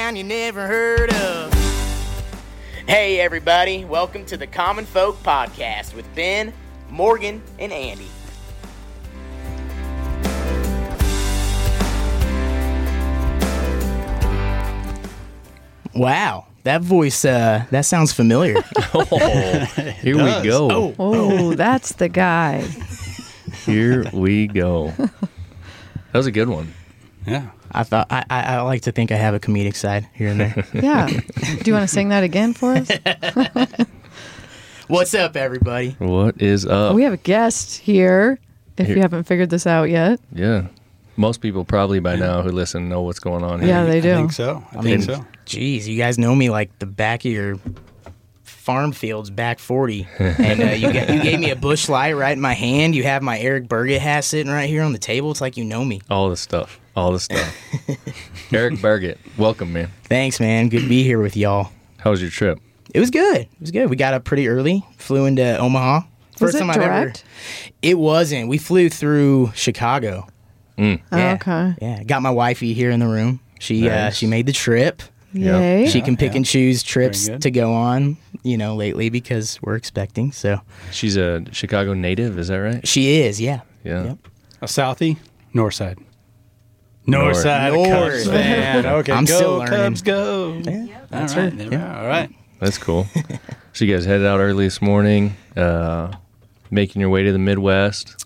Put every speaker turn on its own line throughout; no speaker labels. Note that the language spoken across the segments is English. never heard of. Hey, everybody, welcome to the Common Folk Podcast with Ben, Morgan, and Andy. Wow, that voice, uh, that sounds familiar.
Oh, Here we go.
Oh, that's the guy.
Here we go. That was a good one.
Yeah.
I thought, I, I, I like to think I have a comedic side here and there.
Yeah. Do you want to sing that again for us?
What's up, everybody?
What is up?
We have a guest here. If you
Here.
haven't figured this out yet,
yeah. Most people probably by now who listen know what's going on here.
yeah, they do.
I think so. I, think so.
Jeez, you guys know me like the back of your farm fields, back 40. And uh, you, ga- you gave me a bush light right in my hand. You have my Eric Berget hat sitting right here on the table. It's like you know me.
All the stuff. All the stuff. Eric Berget, welcome, man.
Thanks, man. Good to be here with y'all.
How was your trip?
It was good. It was good. We got up pretty early, flew into Omaha.
Was it direct?
It wasn't. We flew through Chicago.
Mm.
Oh,
Yeah.
okay.
Yeah. Got my wifey here in the room. She uh,
Nice.
she made the trip.
Yeah.
Yay.
She can pick and choose trips
good.
to go on, you know, lately because we're expecting. So
She's a Chicago native, is that right?
She is, yeah.
Yeah.
Yep.
A Southie, North Side. North,
North.
Side.
North.
Cubs fan. Okay.
I'm
go,
still learning.
Cubs, go.
That's
All
right.
right. there we are. All right.
That's cool. so you guys headed out early this morning, uh, making your way to the Midwest.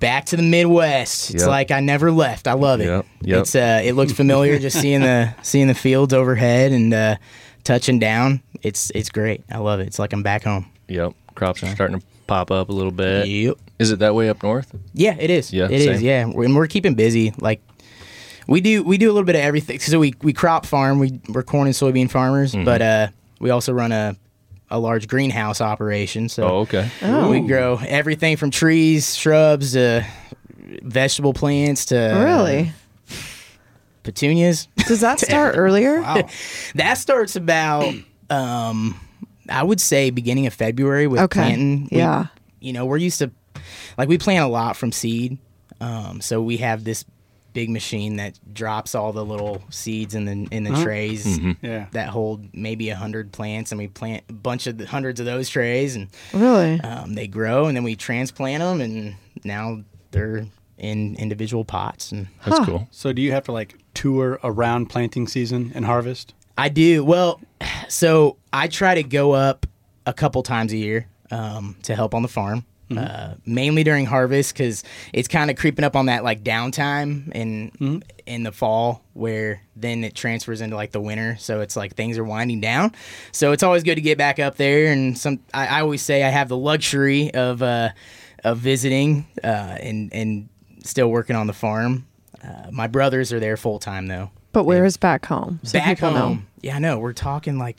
Back to the Midwest. It's
Yep.
like I never left. I love it.
Yep, yep.
It's uh, it looks familiar just seeing the seeing the fields overhead and uh, touching down. It's it's great. I love it. It's like I'm back home.
Yep. Crops are starting to pop up a little bit.
Yep.
Is it that way up north?
Yeah, it is.
Uh, Yeah,
it is.
same.
Yeah, We're- and we're keeping busy. Like we do, we do a little bit of everything. So we we crop farm. We we're corn and soybean farmers,
Mm-hmm.
but uh, we also run a a large greenhouse operation. So
Oh, okay.
We grow everything from trees, shrubs, to vegetable plants to
really?
petunias.
Does that start earlier?
Wow.
that starts about um I would say beginning of February with
Okay.
planting. We-
Yeah.
You know, we're used to like we plant a lot from seed. Um so we have this big machine that drops all the little seeds in the in the trays
Yeah.
that hold maybe a hundred plants and we plant a bunch of the, hundreds of those trays and
Really?
um, they grow and then we transplant them and now they're in individual pots and
That's cool.
So do you have to like tour around planting season and harvest?
I do. Well, so I try to go up a couple times a year um, to help on the farm, uh, mainly during harvest because it's kind of creeping up on that like downtime in in the fall where then it transfers into like the winter. So it's like things are winding down. So it's always good to get back up there. And some I, I always say I have the luxury of uh, of visiting uh, and and still working on the farm. Uh, my brothers are there full time though
But where is back home? So
back
people
home.
know.
Yeah, I know. We're talking like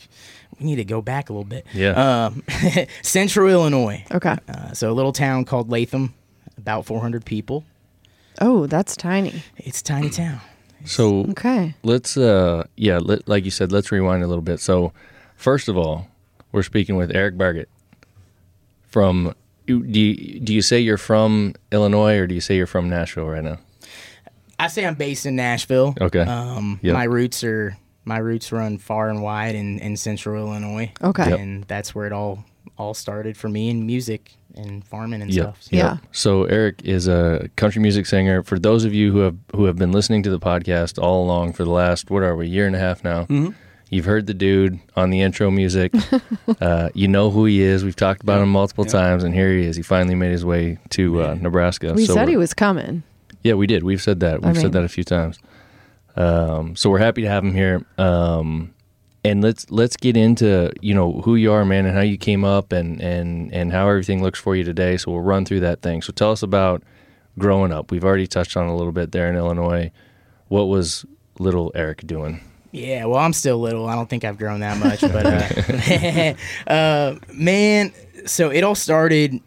we need to go back a little bit.
Yeah.
Um, Central Illinois.
Okay.
Uh, so a little town called Latham, about 400 people.
Oh, that's tiny.
It's a tiny town.
So
Okay.
let's uh yeah, let, like you said, let's rewind a little bit. So first of all, we're speaking with Eric Bargett from you- do you, do you say you're from Illinois or do you say you're from Nashville right now?
I say I'm based in Nashville.
Okay.
Um,
Yep.
my roots are my roots run far and wide in, in Central Illinois.
Okay. Yep.
And that's where it all all started for me in music and farming and stuff. So-
Yeah.
So Eric is a country music singer. For those of you who have who have been listening to the podcast all along for the last what are we year and a half now, you've heard the dude on the intro music. uh, you know who he is. We've talked about him multiple times, and here he is. He finally made his way to uh, Nebraska.
We said
we're-
he was coming.
Yeah, we did. We've said that. We've
mean-
said that a few times. Um, so we're happy to have him here. Um, and let's let's get into you know who you are, man, and how you came up, and and and how everything looks for you today. So we'll run through that thing. So tell us about growing up. We've already touched on it a little bit there in Illinois. What was little Eric doing?
Yeah, well, I'm still little. I don't think I've grown that much, but uh, uh, man, so it all started.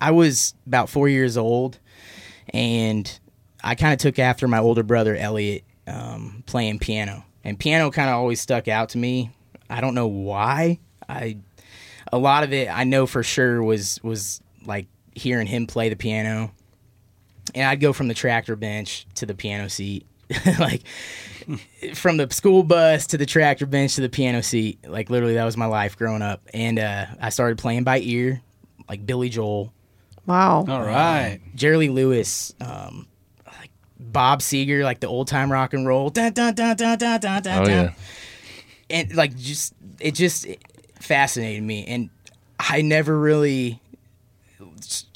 I was about four years old, and I kind of took after my older brother Elliot um, playing piano, and piano kind of always stuck out to me. I don't know why. I a lot of it I know for sure was was like hearing him play the piano and I'd go from the tractor bench to the piano seat, like from the school bus to the tractor bench to the piano seat. Like literally, that was my life growing up. And uh, I started playing by ear, like Billy Joel,
Wow.
All right.
Jerry Lee Lewis, um, like Bob Seger, like the old time rock and roll. Dun, dun, dun, dun, dun, dun, dun,
Oh
dun.
yeah.
And like just it just fascinated me, and I never really,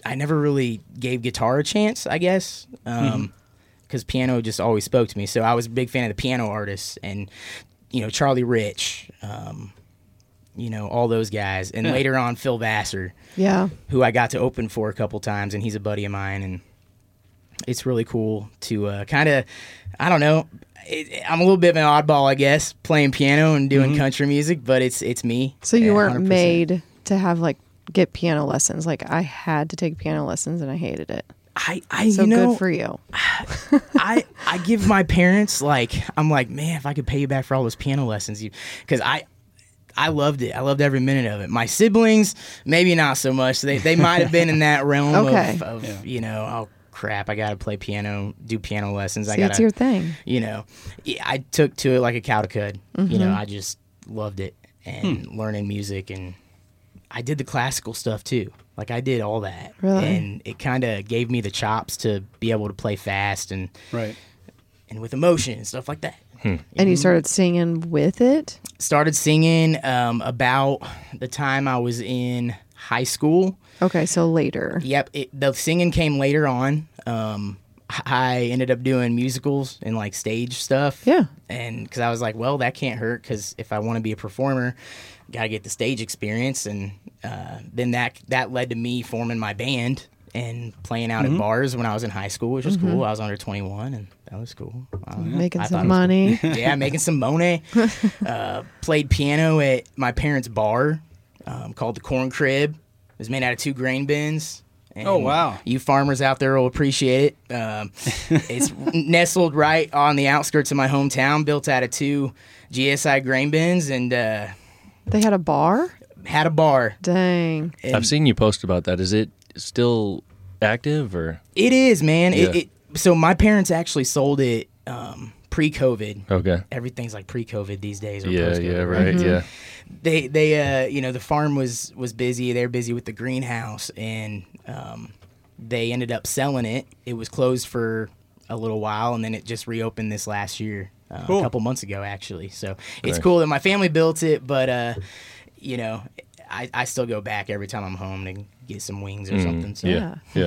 I never really gave guitar a chance. I guess. Um, because piano just always spoke to me. So I was a big fan of the piano artists and you know Charlie Rich, um, you know all those guys, and later on Phil Vassar,
Yeah.
who I got to open for a couple times, and he's a buddy of mine, and it's really cool to uh, kind of, I don't know. It, I'm a little bit of an oddball, I guess, playing piano and doing country music, but it's it's me.
Mm-hmm. So you
Yeah,
weren't
100%.
made to have like get piano lessons. Like I had to take piano lessons and I hated it.
I, I
So
you know,
good for you.
I I give my parents like I'm like man if I could pay you back for all those piano lessons you because I I loved it I loved every minute of it my siblings maybe not so much they they might have been in that realm
Okay.
of, of
Yeah.
you know oh crap I gotta play piano do piano lessons I
See,
gotta
it's your thing.
you know Yeah, I took to it like a cow to cud you
Mm-hmm.
know I just loved it and learning music and I did the classical stuff too like I did all that
Really?
and it kind of gave me the chops to be able to play fast and
Right.
and with emotion and stuff like that.
And
Mm-hmm.
you started singing with it?
Started singing um, about the time I was in high school.
Okay, so later.
Yep, it, the singing came later on. Um, I ended up doing musicals and like stage stuff.
Yeah.
and because I was like, well, that can't hurt because if I want to be a performer, gotta get the stage experience, and uh, then that that led to me forming my band and playing out at bars when I was in high school, which was cool. I was under twenty one, and that was cool. Um, I don't know.
Making
I thought
some
it was
money.
yeah, making some money. Uh, played piano at my parents' bar um, called the Corn Crib. It was made out of two grain bins. And
Oh, wow.
You farmers out there will appreciate it. Um, it's nestled right on the outskirts of my hometown, built out of two GSI grain bins, and uh,
They had a bar?
had a bar.
Dang.
I've seen you post about that. Is it still active or
It is, man. It,
Yeah.
it, so my parents actually sold it um, pre-COVID.
okay? Mm-hmm.
Everything's like pre-COVID these days. Or
Oh. Yeah,
post-COVID,
yeah, right, yeah.
they they uh you know the farm was was busy they were busy with the greenhouse and um they ended up selling it it was closed for a little while and then it just reopened this last year uh, a
Cool.
couple months ago actually so it's
Nice.
cool that my family built it but uh you know I, I still go back every time I'm home to get some wings or something so
Mm, Yeah,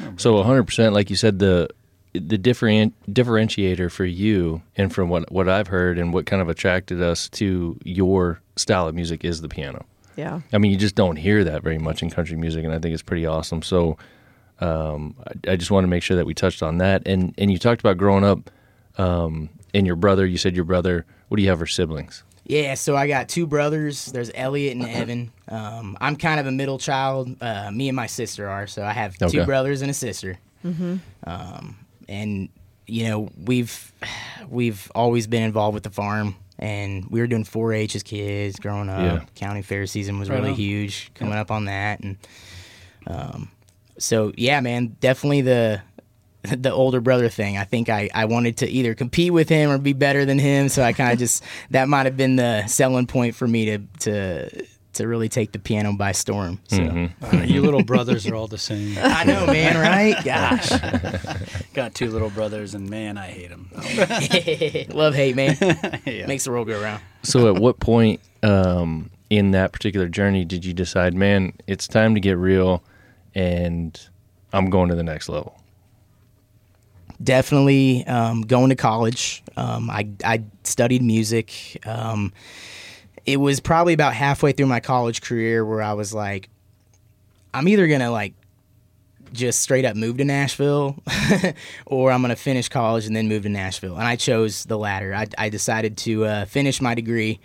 yeah. So 100, percent like you said, the the different differentiator for you, and from what what I've heard, and what kind of attracted us to your style of music is the piano.
Yeah.
I mean, you just don't hear that very much in country music, and I think it's pretty awesome. So, um, I, I just want to make sure that we touched on that. And and you talked about growing up, um, and your brother. You said your brother. What do you have for siblings?
Yeah, so I got two brothers. There's Elliot and Evan. Um, I'm kind of a middle child. Uh, me and my sister are. So I have
Okay.
two brothers and a sister. Mm-hmm. Um, and you know we've we've always been involved with the farm, and we were doing 4-H as kids growing up.
Yeah.
County fair season was
Right
really
on.
huge coming up on that, and um, so yeah, man, definitely the the older brother thing. I think I, I wanted to either compete with him or be better than him. So I kind of just that might have been the selling point for me to to to really take the piano by storm. So
Uh, you little brothers are all the same.
I know, man, right? Gosh,
Got two little brothers, and man, I hate them.
love hate, man,
Yeah.
makes the world go round.
So, at what point um, in that particular journey did you decide, man, it's time to get real, and I'm going to the next level?
definitely um, going to college. Um, I, I studied music. Um, it was probably about halfway through my college career where I was like, I'm either gonna like just straight up move to Nashville, or I'm gonna finish college and then move to Nashville. And I chose the latter. I, I decided to uh, finish my degree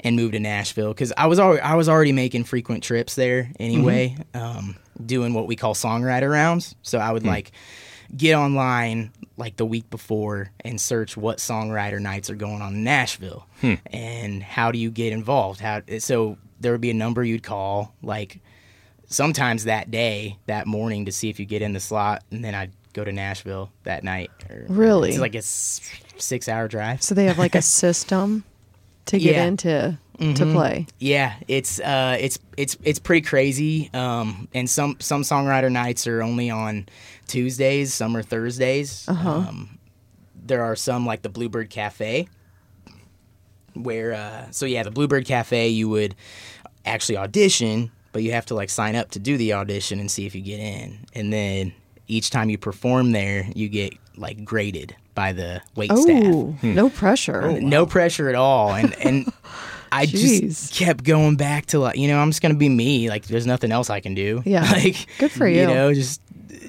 and move to Nashville because I was already I was already making frequent trips there anyway, um, doing what we call songwriter rounds. So I would like get online like the week before and search what songwriter nights are going on in Nashville and how do you get involved? How so there would be a number you'd call like sometimes that day, that morning to see if you get in the slot. And then I'd go to Nashville that night. or-
Really?
It's like a s- six hour drive.
So they have like a system to get
Yeah. Mm-hmm.
into to play.
Yeah, it's uh, it's it's it's pretty crazy. Um, and some some songwriter nights are only on Tuesdays. Some are Thursdays. Um, there are some like the Bluebird Cafe, where uh, so yeah, the Bluebird Cafe you would actually audition, but you have to like sign up to do the audition and see if you get in. And then each time you perform there, you get like graded by the wait staff Hmm.
Oh, no pressure.
no pressure at all and and i
Jeez.
just kept going back to like you know i'm just gonna be me like there's nothing else i can do
Yeah.
like
Good for you.
know just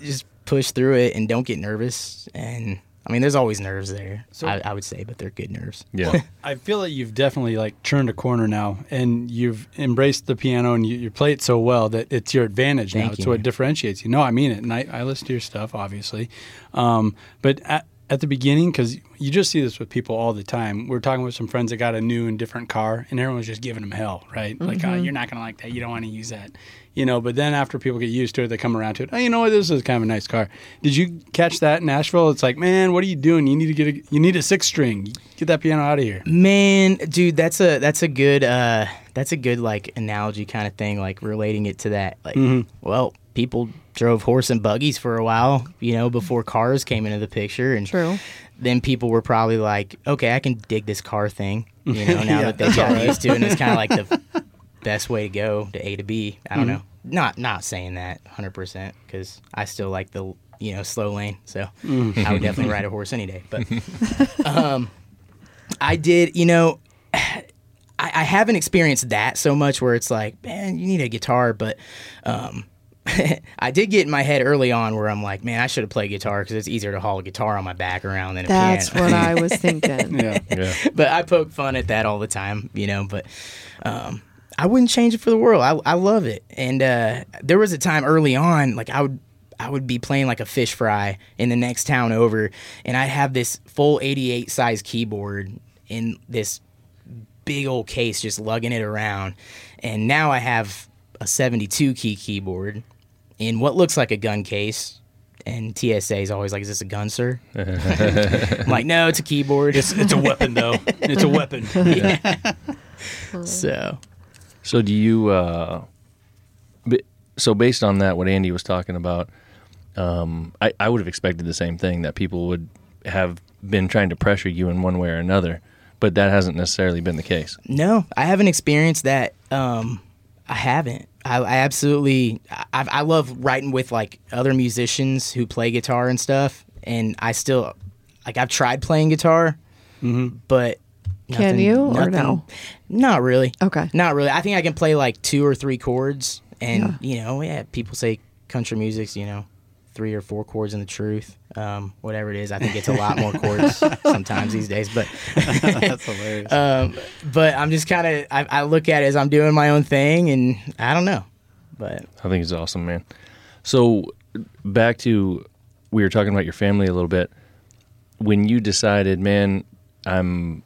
just push through it and don't get nervous and i mean there's always nerves there I, I would say but they're good nerves
Yeah.
I feel like you've definitely like turned a corner now, and you've embraced the piano and you, you play it so well that it's your advantage now.
Thank
It's
you,
what
man.
differentiates you. No, I mean it, and I, I listen to your stuff obviously, um, but at, at the beginning, because you just see this with people all the time. We're talking with some friends that got a new and different car, and everyone's just giving them hell, right? Like, oh,
Mm-hmm.
you're not going to like that. You don't want to use that, you know. But then after people get used to it, they come around to it. Oh, you know what? This is kind of a nice car. Did you catch that in Nashville? It's like, man, what are you doing? You need to get a, you need a six string. Get that piano out of here.
man dude that's a that's a good uh that's a good like analogy kind of thing like relating it to that like well people drove horse and buggies for a while you know before cars came into the picture and
True.
then people were probably like okay i can dig this car thing you know now that they've gotten used to it and it's kind of like the best way to go to a to b i don't know not not saying that 100% because i still like the you know slow lane so i would definitely ride a horse any day but I did, you know, I, I haven't experienced that so much where it's like, man, you need a guitar, but um, I did get in my head early on where I'm like, man, I should have played guitar because it's easier to haul a guitar on my back around than a
That's
piano.
what I was thinking.
Yeah.
Yeah.
but I poke fun at that all the time, you know, but um, I wouldn't change it for the world. I, I love it. And uh, there was a time early on, like I would. I would be playing like a fish fry in the next town over, and I'd have this full 88 size keyboard in this big old case just lugging it around. And now I have a 72 key keyboard in what looks like a gun case. And TSA is always like, "Is this a gun, sir?" I'm like, "No, it's a keyboard."
It's, it's a weapon, though. It's a weapon.
so,
So do you? Uh, b- so based on that, what Andy was talking about, um, I, I would have expected the same thing that people would have been trying to pressure you in one way or another, but that hasn't necessarily been the case.
no, I haven't experienced that. Um, I haven't. I, I absolutely. I, I love writing with like other musicians who play guitar and stuff, and I still like. I've tried playing guitar, but
Can
nothing-
you or
nothing-
no?
Not really.
Okay.
Not really. I think I can play like two or three chords, and you know, yeah, people say country music's you know three or four chords in the truth. Um, whatever it is, I think it's a lot more chords sometimes these days, but.
That's hilarious.
um, but I'm just kind of I, I look at it as I'm doing my own thing, and I don't know. But
I think it's awesome, man. So back to we were talking about your family a little bit. When you decided, man, I'm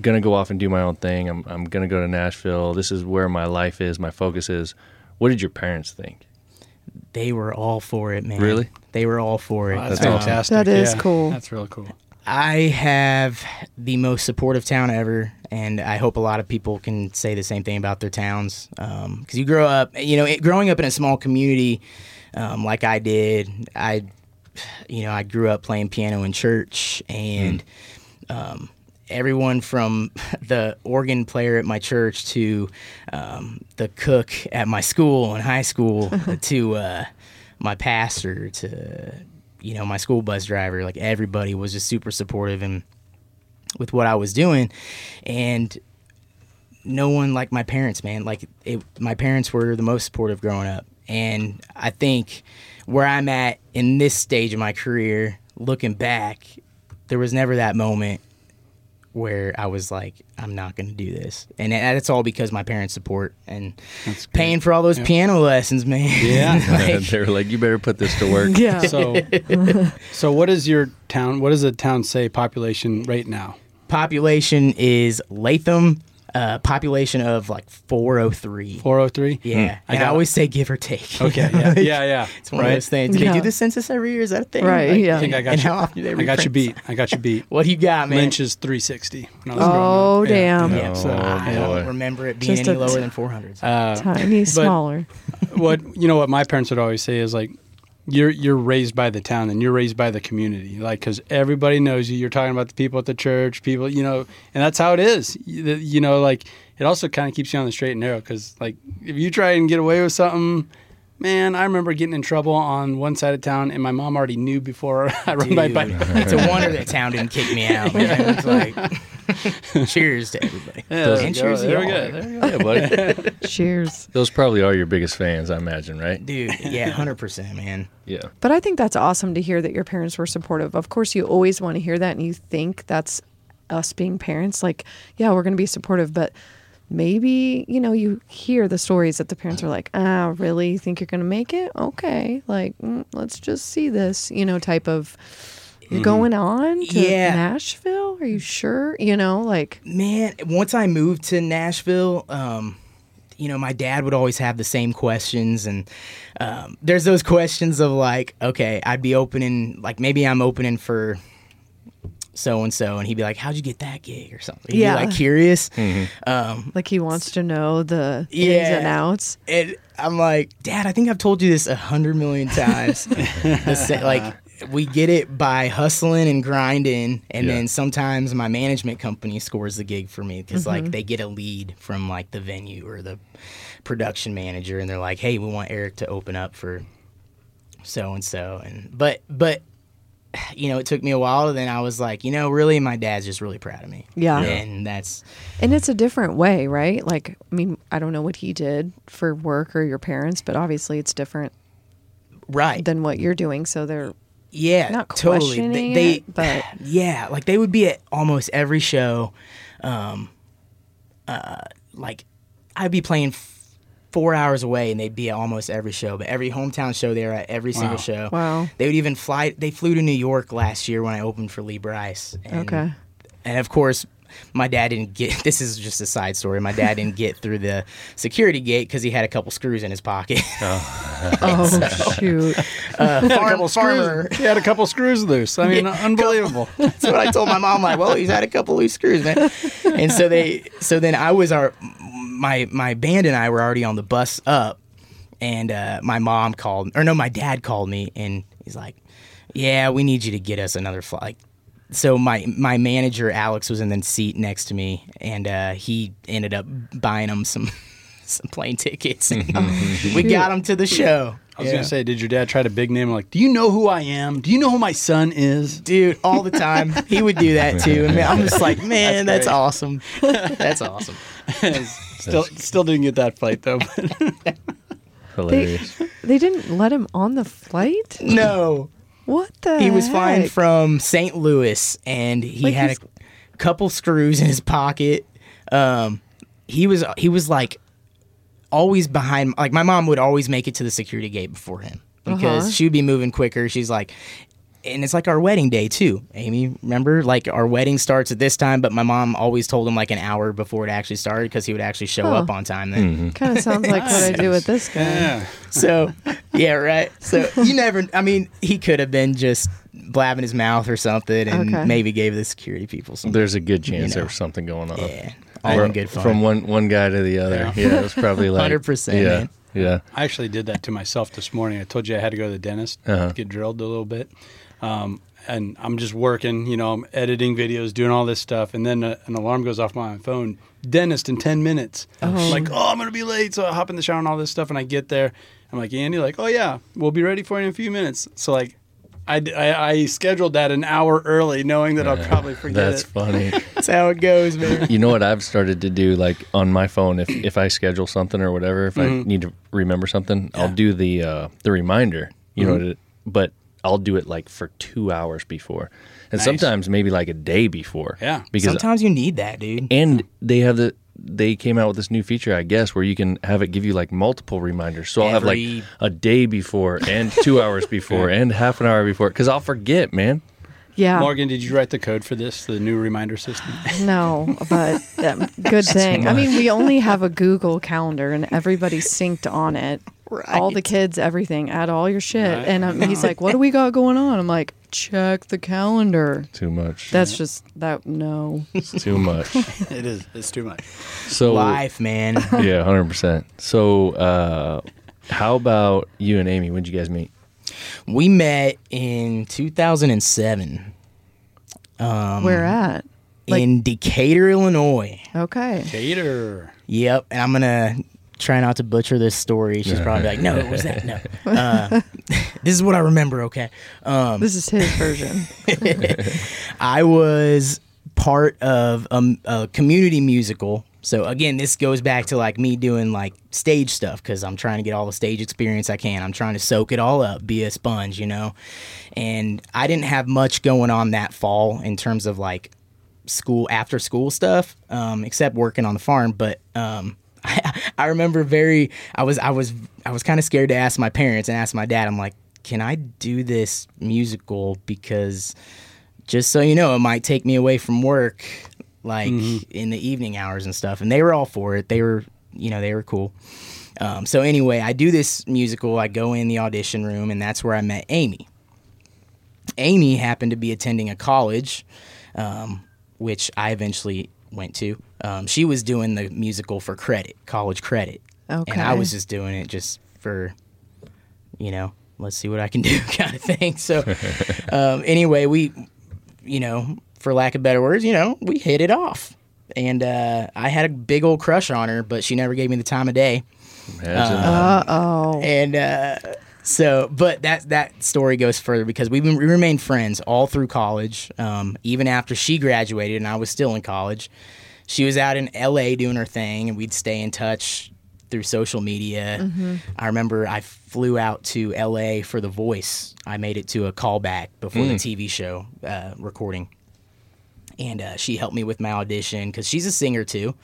gonna go off and do my own thing. I'm I'm gonna go to Nashville. This is where my life is, my focus is. What did your parents think?
they were all for it, man.
Really?
They were all for it.
That's
That's awesome.
fantastic.
That is cool.
That's real cool.
I have the most supportive town ever, and I hope a lot of people can say the same thing about their towns. Because you grow up, you know, it, growing up in a small community um, like I did, I, you know, I grew up playing piano in church, and um, everyone from the organ player at my church to um, the cook at my school in high school to uh, my pastor to you know my school bus driver like everybody was just super supportive and with what I was doing and no one like my parents man like it, my parents were the most supportive growing up and I think where I'm at in this stage of my career looking back there was never that moment where I was like, I'm not going to do this. And that's all because my parents' support and paying for all those piano lessons, man.
Yeah.
Like,
they were like, you better put this to work.
Yeah.
So, so what is your town? What does the town say population right now?
population is Latham, uh, population of like 403.
403?
Yeah,
I
and Hmm. I
got-
always say give or take.
Okay. Yeah. Yeah. yeah.
It's one of those things.
Yeah.
They do the census every year. Is that a thing?
Right,
Like,
yeah.
I think I got
and
you.
how often do they
I got you
reprint?
beat. I got you beat.
What do you got, man?
Lynch is 360. When I was
Oh,
growing up. Yeah.
damn.
Yeah, so
Oh,
I
boy.
don't remember it being
Just
any
a-
lower than 400.
Uh,
Tiny, smaller.
what you know what my parents would always say is like you're you're raised by the town and you're raised by the community like because everybody knows you you're talking about the people at the church people you know and that's how it is you, the- you know like it also kind of keeps you on the straight and narrow because like if you try and get away with something man i remember getting in trouble on one side of town and my mom already knew before i rode my
Dude,
bike
it's a wonder that town didn't kick me out. man. It's like, cheers to everybody.
Yeah,
and
there we
Oh,
cheers
go.
to
There we
y'all.
go.
Yeah, buddy.
Cheers.
Those probably are your biggest fans, I imagine, right?
Dude, yeah, 100%, man.
Yeah.
But I think that's awesome to hear that your parents were supportive. Of course, you always want to hear that, and you think that's us being parents. Like, yeah, we're going to be supportive, but maybe you know you hear the stories that the parents are like, ah, really? You think you're going to make it? Okay, like mm, let's just see this, you know, type of. You're going on to
Mm-hmm. Yeah.
Nashville? Are you sure? You know, like
man once i moved to nashville um you know my dad would always have the same questions and um, there's those questions of like okay i'd be opening like maybe i'm opening for so and so and he'd be like how'd you get that gig or something he'd
Yeah.
be like curious um,
like he wants to know the ins
Yeah.
and outs.
and I'm like, Dad, I think I've told you this a hundred million times. The sa- like, we get it by hustling and grinding, and
Yeah.
then sometimes my management company scores the gig for me because like they get a lead from like the venue or the production manager, and they're like, Hey, we want Eric to open up for so and so, and but but you know, it took me a while, and then I was like, you know, really, my dad's just really proud of me.
Yeah. Yeah.
and that's
And it's a different way, right? Like, I mean, I don't know what he did for work or your parents, but obviously it's different
right.
than what you're doing. So they're
Yeah,
not
totally. They,
questioning
they-
it, but-
yeah, like they would be at almost every show. Um, uh, like I'd be playing f- four hours away, and they'd be at almost every show. But every hometown show, they were at every
Wow.
single show.
Wow.
They would even fly. They flew to New York last year when I opened for Lee Bryce. And,
Okay.
And of course. My dad didn't get. This is just a side story. My dad didn't get through the security gate because he had a couple screws in his pocket.
oh shoot,
Uh,
Had a
farm,
couple screws-
farmer,
he had a couple screws loose. I mean, unbelievable.
That's what I told my mom. Like, well, he's had a couple loose screws, man. And so they, so then I was our, my my band and I were already on the bus up, and uh, my mom called, or no, my dad called me, and he's like, "Yeah, we need you to get us another flight." Like, so my my manager Alex was in the seat next to me, and uh, he ended up buying him some some plane tickets. And we got him to the show.
I was
Yeah.
gonna say, did your dad try to big name like, do you know who I am? Do you know who my son is?
dude all the time he would do that too and i'm just like man that's, awesome that's awesome
Still, still didn't get that fight though.
they
Hilarious.
they didn't let him on the flight.
no
What the?
he was flying
heck?
from st louis and he
Like
had
he's-
a couple screws in his pocket um he was he was like always behind like my mom would always make it to the security gate before him because
Uh-huh.
she would be moving quicker she's like and it's like our wedding day too amy remember like our wedding starts at this time but my mom always told him like an hour before it actually started because he would actually show up on time then
Kind of sounds like what I do with this guy.
yeah.
so yeah right so you never i mean he could have been just blabbing his mouth or something and
Okay.
maybe gave the security people some
There's a good chance
know.
there was something going on.
yeah all
Or-
in good fun
From one one guy to the other.
Yeah.
Yeah, it was probably like
100%,
Yeah,
man.
yeah.
I actually did that to myself this morning. I told you I had to go to the dentist,
Uh-huh.
get drilled a little bit, um, and I'm just working. You know, I'm editing videos, doing all this stuff, and then uh an alarm goes off my phone. Dentist in ten minutes. I'm like, oh, I'm gonna be late, so I hop in the shower and all this stuff, and I get there. I'm like, Andy, like, oh yeah, we'll be ready for you in a few minutes. So like. I, d- I- I scheduled that an hour early, knowing that I'll probably forget
That's
it.
funny.
that's how it goes man
you know what I've started to do like on my phone if, if I schedule something or whatever if
Mm-hmm.
I need to remember something I'll do the uh, the reminder you
Mm-hmm.
know to, but I'll do it like for two hours before and
Nice.
sometimes maybe like a day before
Yeah.
because
sometimes you need that dude
and they have the they came out with this new feature I guess where you can have it give you like multiple reminders so I'll have like
Every-
a day before and two hours before and half an hour before because I'll forget man
Yeah.
Morgan, did you write the code for this, the new reminder system?
No, but um, good thing. I mean, we only have a Google calendar and everybody's synced on it. All the kids, everything. Add all your shit.
Right.
And um, he's like, "What do we got going on?" I'm like, "Check the calendar."
Too much.
That's just that. No,
That's too much.
it is. It's too much.
So
Life, man.
yeah, hundred percent. So uh, how about you and Amy? When would you guys meet?
we met in 2007 Um,
where at? Like-
in Decatur, Illinois.
Okay.
Cater.
Yep, and I'm gonna try not to butcher this story. She's probably like, "No, it was that." No, uh, this is what I remember. Okay, um,
This is his version.
I was part of a, a community musical. So again, this goes back to like me doing like stage stuff because I'm trying to get all the stage experience I can. I'm trying to soak it all up, be a sponge, you know. And I didn't have much going on that fall in terms of like school after school stuff, um, except working on the farm. But um, I, I remember very I was I was I was kind of scared to ask my parents and ask my dad. I'm like, can I do this musical because just so you know, it might take me away from work, like in the evening hours and stuff. And they were all for it. They were, you know, they were cool. Um, so anyway, I do this musical. I go in the audition room, and that's where I met Amy. Amy happened to be attending a college, um, which I eventually went to. Um, she was doing the musical for credit, college credit, and I
Okay.
was just doing it just for, you know, let's see what I can do kind of thing. So um, anyway, we, you know, for lack of better words, you know, we hit it off. And uh, I had a big old crush on her, but she never gave me the time of day.
Imagine
um,
Uh oh.
And uh, so, but that that story goes further because we've been, we remained friends all through college, um, even after she graduated and I was still in college. She was out in L.A. doing her thing, and we'd stay in touch through social media. I remember I flew out to L.A. for The Voice. I made it to a callback before the TV show uh, recording and uh, she helped me with my audition because she's a singer too,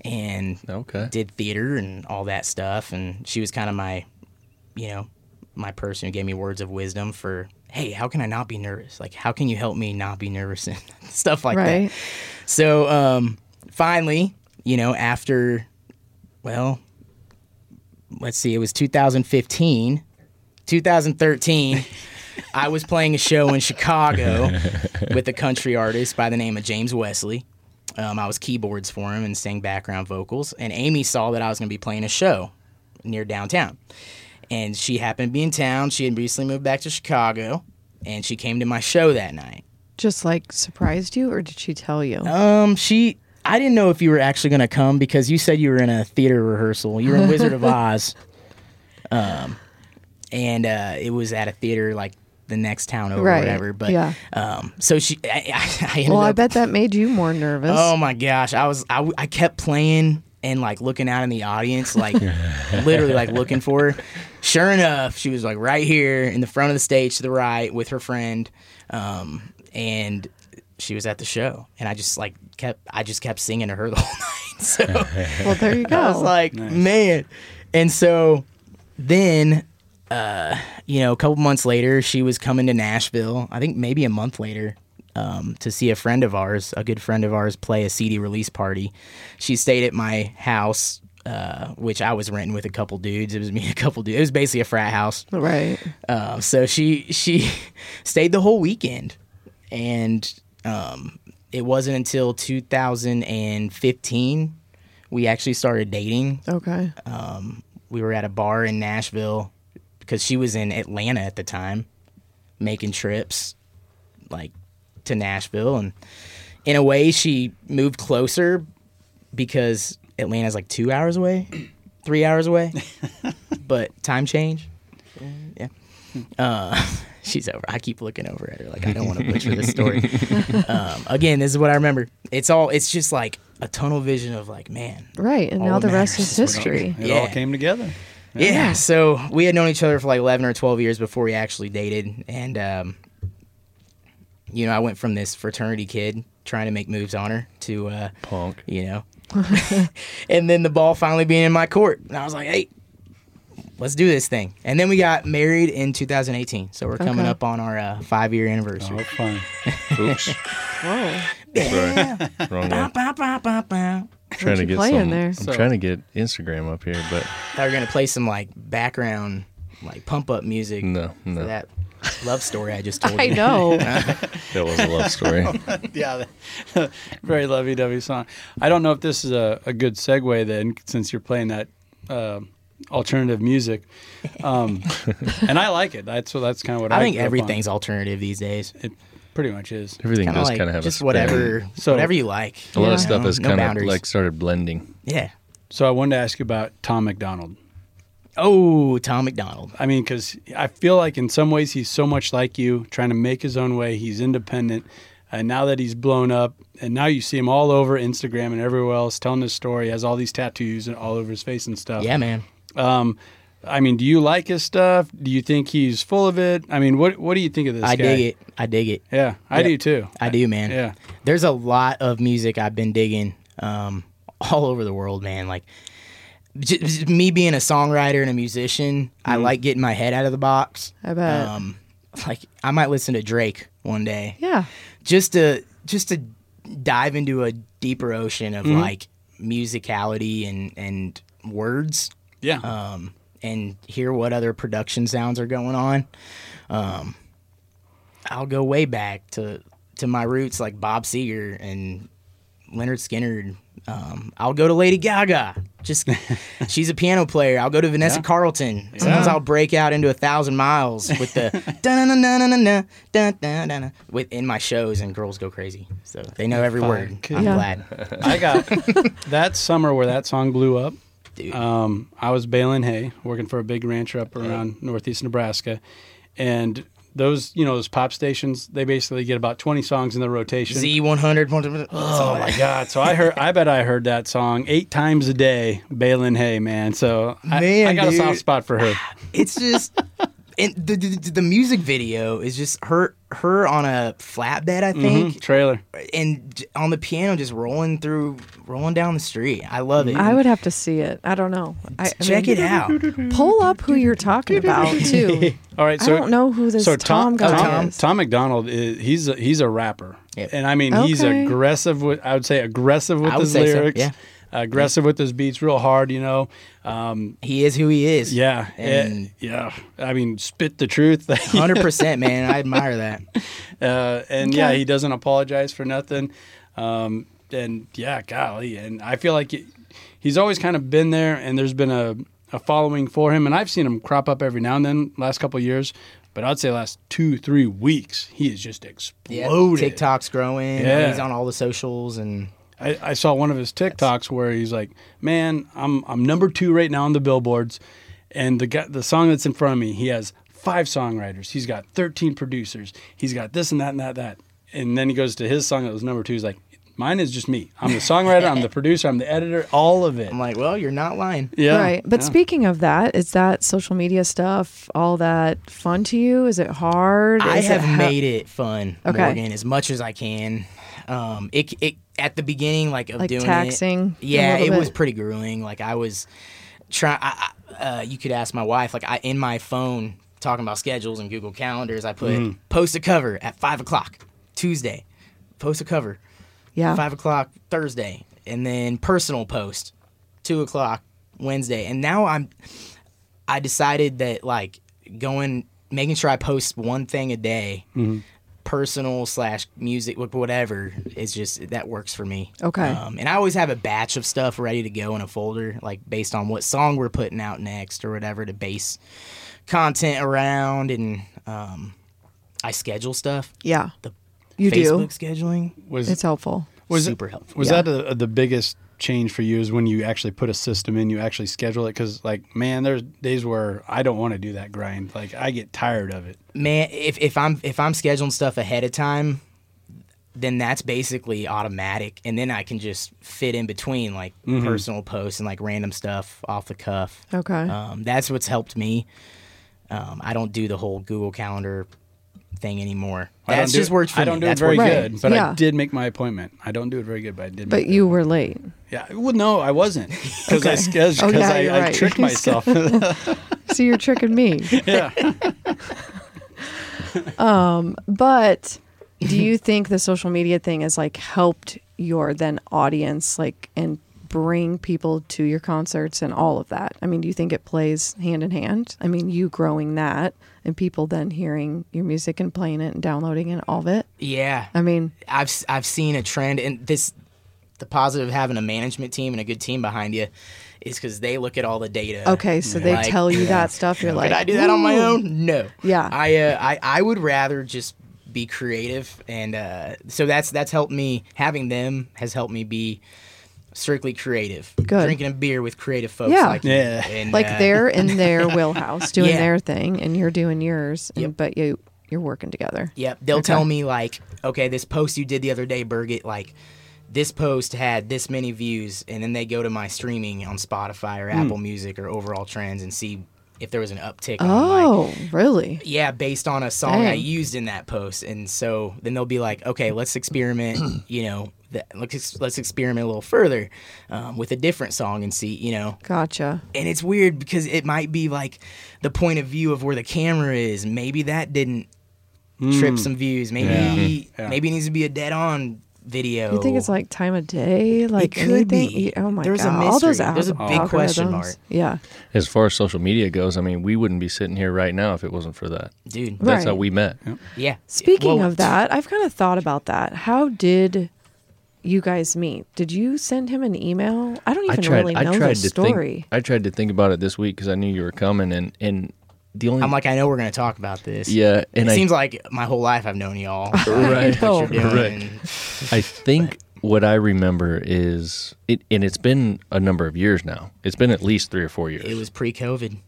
and
Uh, Okay.
did theater and all that stuff. And she was kind of my, you know, my person who gave me words of wisdom for, hey, how can I not be nervous? Like, how can you help me not be nervous and stuff like
Right.
that. So um, finally, you know, after, well, let's see, it was 2015, 2013. I was playing a show in Chicago with a country artist by the name of James Wesley. Um, I was keyboards for him and sang background vocals. And Amy saw that I was going to be playing a show near downtown. And she happened to be in town. She had recently moved back to Chicago. And she came to my show that night.
Just like surprised you, or did she tell you?
Um, she. I didn't know if you were actually going to come because you said you were in a theater rehearsal. You were in Wizard of Oz. Um, and uh, it was at a theater like the next town over, or
Right,
whatever. But
yeah.
um, so she. I, I, I ended
Well,
up,
I bet that made you more nervous.
Oh my gosh, I was I, w- I kept playing and like looking out in the audience, like literally like looking for her. Sure enough, she was like right here in the front of the stage to the right with her friend, um, and she was at the show. And I just like kept I just kept singing to her the whole night. So
Well, there you go.
I was like, man. And so then, uh, you know, a couple months later, she was coming to Nashville. I think maybe a month later um, to see a friend of ours, a good friend of ours, play a CD release party. She stayed at my house, uh, which I was renting with a couple dudes. It was me and a couple dudes. It was basically a frat house.
right.
Um, so she she stayed the whole weekend, and um, it wasn't until 2015 we actually started dating.
Okay.
uh, We were at a bar in Nashville because she was in Atlanta at the time, making trips like to Nashville, and in a way she moved closer because Atlanta's like two hours away, three hours away, but time change. Yeah. Uh, she's over. I keep looking over at her like I don't want to butcher this story. um, again, this is what I remember. It's all. It's just like a tunnel vision of like, man.
Right. And
all
now
that
the rest
matters
is
is what
history.
It all
Yeah.
came together.
Yeah. So we had known each other for like 11 or 12 years before we actually dated. And, um, you know, I went from this fraternity kid trying to make moves on her to, uh,
Punk.
you know, and then the ball finally being in my court. And I was like, hey, let's do this thing. And then we got married in 2018, so we're coming
Okay.
up on our uh, five year anniversary.
Oh, fun.
Oops.
Whoa.
Sorry. Wrong one.
Ba, ba, ba, ba.
Trying to
you
get
playing
some,
there?
I'm
So-
trying to get Instagram up here, but
Thought we were gonna play some like background, like pump up music.
no,
for
no.
that love story I just told
I
you.
know.
That was a love story.
yeah, that- very lovey-dovey song. I don't know if this is a, a good segue then, since you're playing that uh, alternative music, um, and I like it. That's what that's kind of what I,
I think
grew up on.
everything's alternative these days.
It pretty much is.
Everything
Kind of
does
like
kind of have a
just
spin.
whatever,
So-
whatever you like.
A lot
Yeah.
of stuff
No-
is
no
kind of
boundaries.
like started blending.
Yeah.
So I wanted to ask you about Tom McDonald.
Oh, Tom McDonald.
I mean, because I feel like in some ways he's so much like you, trying to make his own way. He's independent. And now that he's blown up, and now you see him all over Instagram and everywhere else telling his story, has all these tattoos and all over his face and stuff.
Yeah, man.
Um, I mean, do you like his stuff? Do you think he's full of it? I mean, what what do you think of this
I
guy?
dig it. I dig it.
Yeah, I
Yeah.
do too.
I do, man.
Yeah.
There's a lot of music I've been digging um, all over the world, man. Like, j- j- me being a songwriter and a musician, I like getting my head out of the box.
I bet.
Um, like, I might listen to Drake one day.
yeah.
just to just to dive into a deeper ocean of like musicality and and words
Yeah.
um and hear what other production sounds are going on um i'll go way back to to my roots like bob seger and leonard skinner um i'll go to lady gaga just she's a piano player i'll go to vanessa
Yeah.
carlton sometimes i'll break out into a thousand miles with the dun-dun-dun-dun-dun-dun, dun-dun-dun-dun, within my shows and girls go crazy so they know every word i'm
Yeah.
glad
I got that summer where that song blew up.
Dude.
Um, I was baling hay, working for a big rancher up around northeast Nebraska, and those you know those pop stations they basically get about twenty songs in their rotation.
z100
Oh my god! So I heard, I bet I heard that song eight times a day, baling hay, man. So I, I
Man,
got a
dude.
soft spot for her.
it's just and the, the the music video is just her her on a flatbed i
Mhm,
think
trailer.
and j- on the piano just rolling through rolling down the street i love it
I would have to see it. I don't know. I, I
check
mean,
it out
Pull up who you're talking about too.
All right,
I
so
don't know who this
so
Tom,
uh,
guy
Tom,
is.
Tom McDonald is he's a, he's a rapper,
Yep.
and I mean he's
Okay.
aggressive with I would say aggressive with
I would
his
say so,
lyrics,
yeah.
aggressive with his beats, real hard, you know. Um,
he is who he is
yeah,
and
eh, yeah. I mean, spit the truth,
100% man i admire that
uh, and yeah,
Okay.
he doesn't apologize for nothing. Um, and yeah, golly, and I feel like it, he's always kind of been there, and there's been a, a following for him, and I've seen him crop up every now and then last couple of years, but I'd say last two three weeks he is just exploded.
tiktok's growing
Yeah.
he's on all the socials and
I, I saw one of his TikToks where he's like, "Man, I'm I'm number two right now on the billboards, and the guy, the song that's in front of me, he has five songwriters, he's got 13 producers, he's got this and that and that that." And then he goes to his song that was number two. He's like, "Mine is just me. I'm the songwriter, I'm the producer, I'm the editor, all of it."
i'm like well you're not lying
Yeah,
Right. But
yeah.
speaking of that, is that social media stuff all that fun to you? Is it hard?
I
Is
have
it ha-
made it fun,
Okay.
Morgan, as much as I can. Um, it it at the beginning, like of
Like
doing it-
taxing a
yeah, it
little
was
bit.
pretty grueling. Like I was trying. I, I, uh, you could ask my wife. Like I in my phone talking about schedules and Google calendars, I put post a cover at five o'clock Tuesday, post a cover
Yeah.
five o'clock Thursday, and then personal post two o'clock Wednesday. And now I'm I decided that like going making sure I post one thing a day,
Mm-hmm.
personal slash music wh- whatever is just that works for me.
Okay.
Um, and I always have a batch of stuff ready to go in a folder, like based on what song we're putting out next or whatever to base content around and. Um, I schedule stuff.
Yeah.
The
You
Facebook
do.
scheduling
was
It's helpful.
was
super helpful.
Was
Yeah.
that a, the biggest change for you? Is when you actually put a system in, you actually schedule it? Because like, man, there's days where I don't want to do that grind. Like, I get tired of it.
man if, if i'm if i'm scheduling stuff ahead of time then that's basically automatic and then i can just fit in between like
Mm-hmm.
personal posts and like random stuff off the cuff
Okay.
um, that's what's helped me um, i don't do the whole google calendar thing anymore
I don't
that's
do
just
it-
worked for
I
me
don't do
that's
it very
worked for
Right.
me.
good, but
Yeah.
I did make my appointment. I don't do it very good, but I did.
but
make
you were late.
it. yeah, well, no, I wasn't because I because
Oh, yeah,
I,
you're
I
right.
tricked myself.
So so you're tricking me.
Yeah.
But do you think the social media thing has like helped your then audience like and bring people to your concerts and all of that? I mean, do you think it plays hand in hand? I mean, you growing that and people then hearing your music and playing it and downloading and all of it.
Yeah.
I mean,
I've s- I've seen a trend, and this the positive of having a management team and a good team behind you is because they look at all the data.
okay, so they
Like,
tell you that stuff. You're like,
Could I do that on my
"Ooh."
own? No.
Yeah.
I uh, I I would rather just be creative, and uh, so that's that's helped me. Having them has helped me be strictly creative.
Good.
Drinking a beer with creative folks.
Yeah.
Like you.
Yeah.
And,
Like
uh,
they're in their wheelhouse doing
Yeah.
their thing, and you're doing yours. And,
Yep.
But you you're working together.
Yep. They'll
Okay.
tell me like, okay, this post you did the other day, Birgit, like this post had this many views, and then they go to my streaming on Spotify or
Hmm.
Apple Music or overall trends and see if there was an uptick. on, like,
Oh, really?
yeah, based on a song I
Dang.
used in that post, and so then they'll be like, okay, let's experiment. you know, th- let's ex- let's experiment a little further um, with a different song and see. You know,
Gotcha.
and it's weird because it might be like the point of view of where the camera is. Maybe that didn't trip
Mm.
some views. Maybe
Yeah.
maybe it needs to be a dead on video.
You think it's like time of day? Like
Oh. could be.
anything? You- Oh my
There's a
god! All those
mystery. There's a
al-
big question
algorithms.
mark.
Yeah,
As far as social media goes, I mean, we wouldn't be sitting here right now if it wasn't for that.
dude?
Right.
That's how we met.
Yeah.
Speaking
Well,
of that, I've kind of thought about that. How did you guys meet? Did you send him an email? I don't
I
even
tried.
really
I
know
tried
the
to
story.
think. I tried to think about it this week because I knew you were coming, and and the only
I'm like, I know we're gonna talk about this.
yeah, and
it
I
seems like my whole life I've known y'all.
Right.
What you're doing.
Right. I think what I remember is it, and it's been a number of years now. It's been at least three or four years.
It was pre-COVID.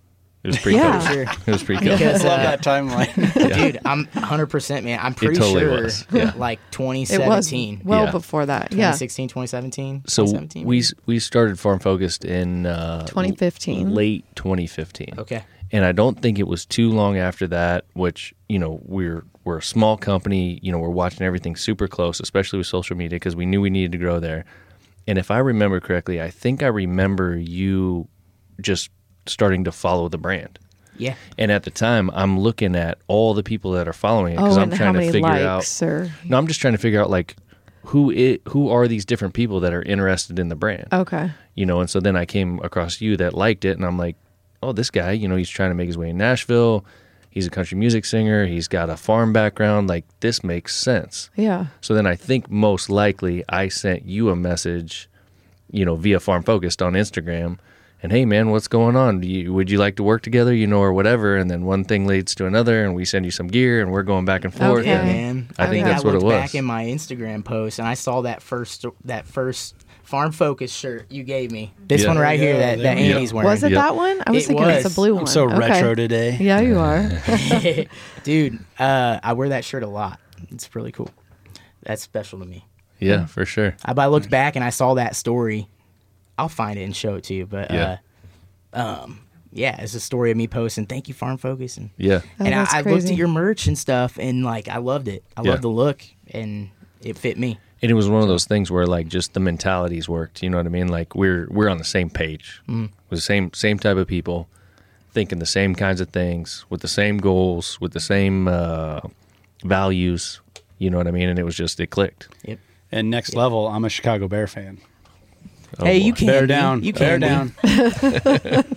It was pre-COVID.
Yeah.
It was pre-COVID.
Because,
Love
uh,
that timeline.
dude, I'm 100 percent man. I'm pretty
totally
sure,
was, yeah.
like
It was
2017,
well
Yeah.
before that. Yeah,
2016, 2017.
So
2017,
we we started farm focused in uh,
2015.
late 2015.
Okay.
and I don't think it was too long after that. Which you know we're we're a small company. You know we're watching everything super close, especially with social media, because we knew we needed to grow there. And if I remember correctly, I think I remember you just starting to follow the brand.
yeah.
And at the time, I'm looking at all the people that are following it because
Oh,
I'm
and how
trying to
many
figure
likes
out.
or
No, I'm just trying to figure out like who it, who are these different people that are interested in the brand.
okay.
You know, and so then I came across you that liked it, and I'm like, oh, this guy, you know, he's trying to make his way in Nashville. He's a country music singer. He's got a farm background. Like this makes sense.
Yeah.
So then I think most likely I sent you a message, you know, via Farm Focused on Instagram. And hey, man, what's going on? Do you, would you like to work together, you know, or whatever? And then one thing leads to another, and we send you some gear, and we're going back and forth.
Okay.
Yeah,
and
man.
I
mean,
think that's what it
looked
was.
Back in my Instagram post, and I saw that first that first farm focus shirt you gave me. This
Yeah.
one right here
Yeah,
that that
there we
go.
Andy's wearing.
Was it
Yep.
that one? I was
It
thinking it
was.
was a blue one.
I'm so
Okay.
retro today.
Yeah, you are.
Dude, uh, I wear that shirt a lot. It's really cool. That's special to me.
yeah, for sure.
I, but I looked back and I saw that story. I'll find it and show it to you. But
Yeah.
uh, um, yeah, it's a story of me posting. Thank you, Farm Focus, and
Yeah.
Oh,
and I,
that's
I looked
crazy.
at your merch and stuff, and like I loved it. I
Yeah.
loved the look, and it fit me.
And it was one of those things where like just the mentalities worked. You know what I mean? Like we're we're on the same page. Mm. With the same same type of people, thinking the same kinds of things, with the same goals, with the same uh, values. You know what I mean? And it was just it clicked.
Yep.
And next level, I'm a Chicago Bear fan.
Oh,
hey, you
boy.
can
Bear
be.
down.
You can
Bear
be.
down.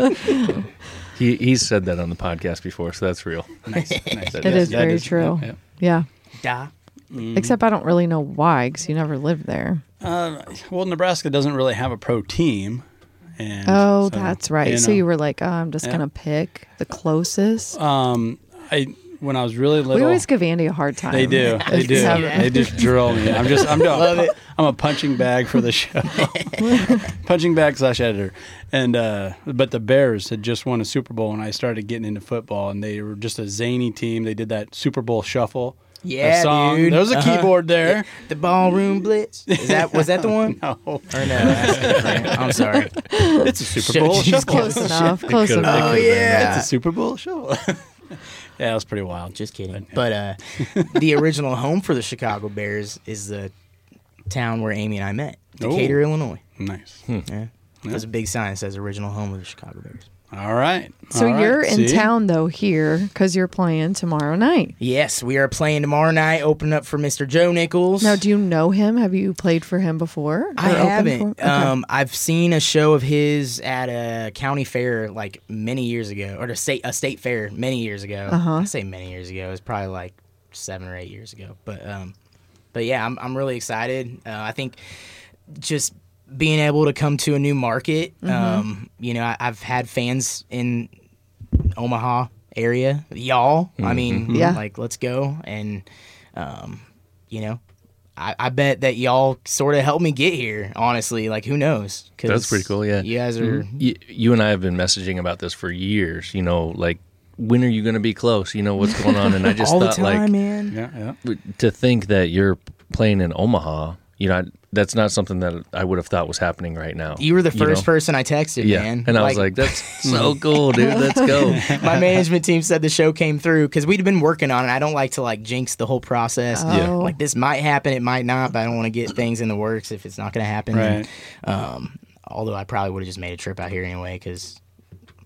He he's said that on the podcast before, so that's real.
nice. nice.
That
It is very true.
yep,
Yeah.
Da.
Except I don't really know why because you never lived there.
yep. Uh, Well, Nebraska doesn't really have a pro team. And
Oh,
Mm-hmm. so,
that's right. So
know.
you were like, oh, I'm just
Yeah.
gonna pick the closest.
Um, I when I was really little,
we always give Andy a hard time.
they do, they do,
Yeah.
they just drill me. I'm just, I'm doing, Love it. I'm a punching bag for the show, punching bag slash editor, and uh, but the Bears had just won a Super Bowl when I started getting into football, and they were just a zany team. They did that Super Bowl shuffle, the
Yeah,
song.
dude.
There was a
Uh-huh.
keyboard there.
The ballroom blitz. Is that was that the one?
No,
Or no? that's different. I'm sorry.
it's a Super Bowl
She's
shuffle.
Close enough. Close
could've-
enough.
Oh,
It's a Super Bowl shuffle. yeah, it was pretty wild.
Just kidding. But uh, the original home for the Chicago Bears is the town where Amy and I met, Decatur,
Ooh.
Illinois.
Nice.
Yeah. There's a big sign that says "Original Home of the Chicago Bears."
All right.
So
All right.
you're in
See?
town though here because you're playing tomorrow night.
Yes, we are playing tomorrow night. Open up for Mr. Joe Nichols.
Now, do you know him? Have you played for him before?
I
Or opened
haven't.
for- okay.
Um, I've seen a show of his at a county fair like many years ago, or a state a state fair many years ago.
Uh-huh.
I say many years ago. It was probably like seven or eight years ago. But um, but yeah, I'm I'm really excited. Uh, I think just being able to come to a new market.
Mm-hmm.
Um, you know, I, I've had fans in Omaha area, y'all. I mean,
Mm-hmm. Yeah.
like let's go and um, you know, I, I bet that y'all sort of helped me get here. Honestly, like who knows? 'Cause
That's pretty cool, yeah. Mm-hmm.
you guys are.
you, you and I have been messaging about this for years. You know, like when are you going to be close? You know what's going on, and I just
All the
thought
time,
like
man.
Yeah, yeah.
to think that you're playing in Omaha. You know, I- that's not something that I would have thought was happening right now.
You were the
know?
first person I texted,
yeah.
man.
And I was like, that's so cool, dude. Let's go.
my management team said the show came through because we'd been working on it. I don't like to like jinx the whole process.
Yeah. Oh.
Like this might happen, it might not, but I don't want to get things in the works if it's not going to happen.
Right.
And, um, although I probably would have just made a trip out here anyway because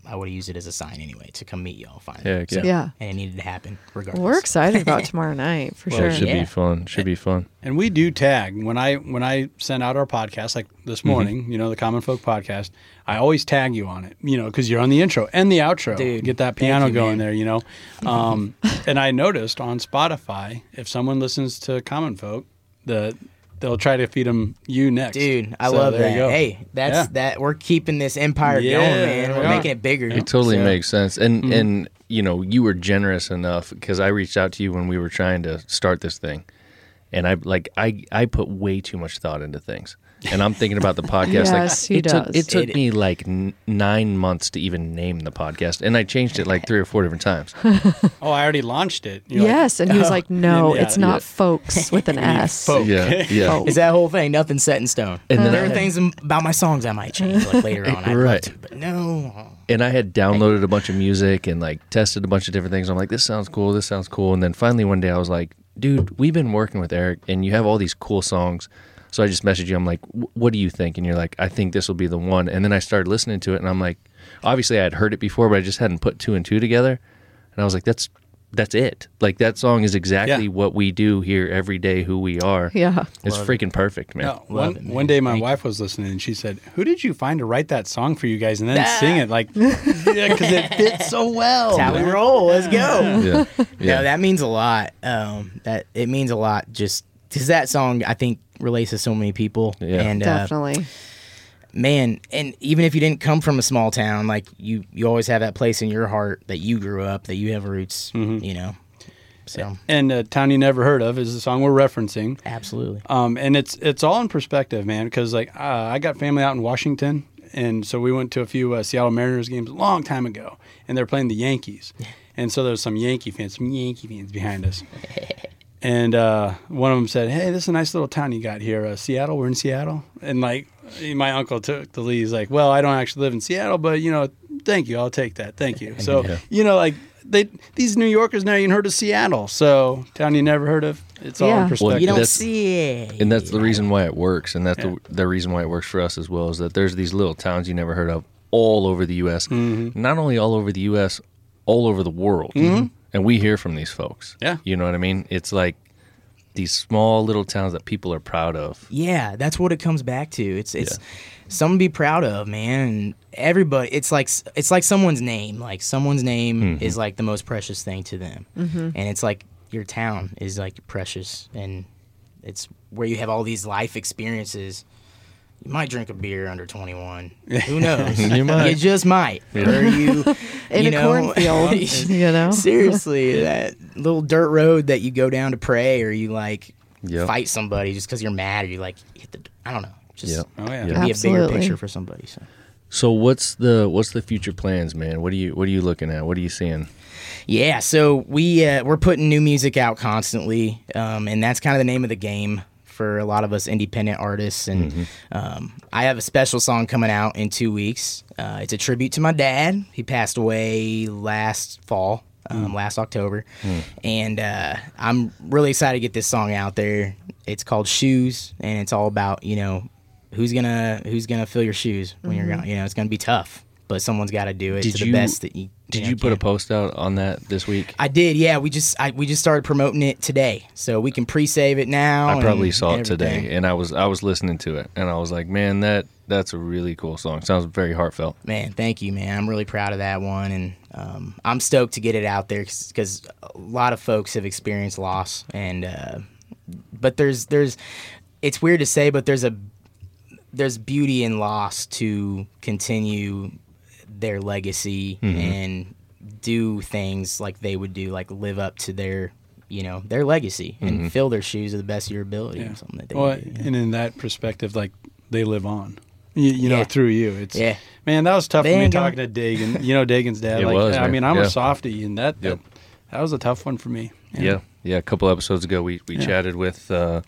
I would have used it as a sign anyway to come meet y'all finally.
Heck yeah.
yeah.
And it needed to happen regardless.
Well, we're excited about tomorrow night for
Well, Oh, it
sure.
should
Yeah.
be fun. Should be fun.
And we do tag when I when I send out our podcast, like this
Mm-hmm.
morning, you know, the Common Folk podcast. I always tag you on it, you know, because you're on the intro and the outro.
Dude,
Get that piano
you, man.
going there, you know. Um, and I noticed on Spotify, if someone listens to Common Folk, the they'll try to feed them you next.
Dude, I
So
love
there
that.
you go.
Hey, that's
Yeah.
that. We're keeping this empire
Yeah,
going, man.
there
We're
we are.
making it bigger.
It totally
So- Mm-hmm.
makes sense. And and you know, you were generous enough because I reached out to you when we were trying to start this thing. And I like I I put way too much thought into things. And I'm thinking about the podcast
Yes,
like
he
it took
does.
it took
It-
me like n- 9 months to even name the podcast and I changed it like 3 or 4 different times.
Oh, I already launched it. You're like,
Yes, and he was like, "No,
Yeah,
it's not
yeah.
folks with an S."
folk.
Yeah. Yeah.
Is that whole thing nothing set in stone?
And then
there
I-
are things am- about my songs I might change like later on. I'd
Right.
right, to, but no.
and I had downloaded a bunch of music and like tested a bunch of different things. I'm like, this sounds cool, this sounds cool. And then finally one day I was like, dude, we've been working with Eric and you have all these cool songs. So I just messaged you. I'm like, "Wh- what do you think? And you're like, I think this will be the one. And then I started listening to it and I'm like, obviously I had heard it before, but I just hadn't put two and two together. And I was like, that's that's it. Like that song is exactly
Yeah.
what we do here every day, who we are.
Yeah.
It's freaking perfect, man.
No, one, one day my wife was listening and she said, Who did you find to write that song for you guys and then sing it? Like, yeah, because it fits so well.
That's how we roll. Let's go.
Yeah.
No, that means a lot. Um, that it means a lot. Just because that song, I think, relates to so many people.
Yeah.
and uh,
Definitely.
man, and even if you didn't come from a small town, like you, you always have that place in your heart that you grew up, that you have roots.
Mm-hmm.
You know, so
And uh, Town You Never Heard of is the song we're referencing.
absolutely.
Um, and it's it's all in perspective, man. Because like uh, I got family out in Washington, and so we went to a few uh, Seattle Mariners games a long time ago, and they're playing the Yankees, and so there's some Yankee fans, some Yankee fans behind us, and uh, one of them said, "Hey, this is a nice little town you got here, uh, Seattle. We're in Seattle." And like my uncle took the lead. He's like, "Well, I don't actually live in Seattle, but you know, thank you, I'll take that, thank you." So you know, like they these New Yorkers never even heard of Seattle, so town you never heard of. It's all
Yeah. Well,
in
you
perspective.
You don't
that's-
see it.
And that's the reason why it works, and that's the, the reason why it works for us as well. Is that there's these little towns you never heard of all over the U.S. Not only all over the U.S., all over the world, and we hear from these folks.
Yeah.
you know what I mean. It's like these small little towns that people are proud of.
Yeah, that's what it comes back to. It's it's something to be proud of, man. And everybody, it's like it's like someone's name. Like someone's name
Mm-hmm.
is like the most precious thing to them,
Mm-hmm.
and it's like your town is like precious, and it's where you have all these life experiences. You might drink a beer under twenty one. Who knows?
You might.
just might. Or you
In
you
a
know,
cornfield, you know.
Seriously, that little dirt road that you go down to pray, or you like
Yep.
fight somebody just because you're mad, or you like hit the. I don't know. Just
Yep.
Oh yeah.
Yeah.
be a
Absolutely.
bigger picture for somebody. So.
So what's the what's the future plans, man? What are you what are you looking at? What are you seeing?
Yeah, so we uh, we're putting new music out constantly, um, and that's kind of the name of the game for a lot of us independent artists. And
Mm-hmm.
um, I have a special song coming out in two weeks. Uh, it's a tribute to my dad. He passed away last fall.
Mm.
Um, Last October, and uh, I'm really excited to get this song out there. It's called Shoes, and it's all about you know who's gonna who's gonna fill your shoes when you're gone? You know, it's gonna be tough, but someone's got to do it
Did
to the
you-
best that you.
Did
know,
you put a
can.
post out on that this week?
I did, yeah. We just I, we just started promoting it today, so we can pre-save it now.
I probably
and
saw it
everything.
today, and I was I was listening to it, and I was like, man, that that's a really cool song. Sounds very heartfelt.
Man, thank you, man. I'm really proud of that one, and um, I'm stoked to get it out there because a lot of folks have experienced loss, and uh, but there's there's it's weird to say, but there's a there's beauty in loss to continue their legacy and do things like they would do, like live up to their you know their legacy and fill their shoes to the best of your ability or something that they
well,
would do.
and in that perspective, like they live on. You, you know,
Yeah.
through you, it's
Yeah.
Man, that was tough
They
for me
ain't gonna-
talking to Dagan. You know, Dagan's dad.
It
like,
was,
I
man.
mean, I'm
Yeah.
a softie, and that,
Yep.
that that was a tough one for me.
Yeah, yeah. A couple episodes ago, we we chatted with uh,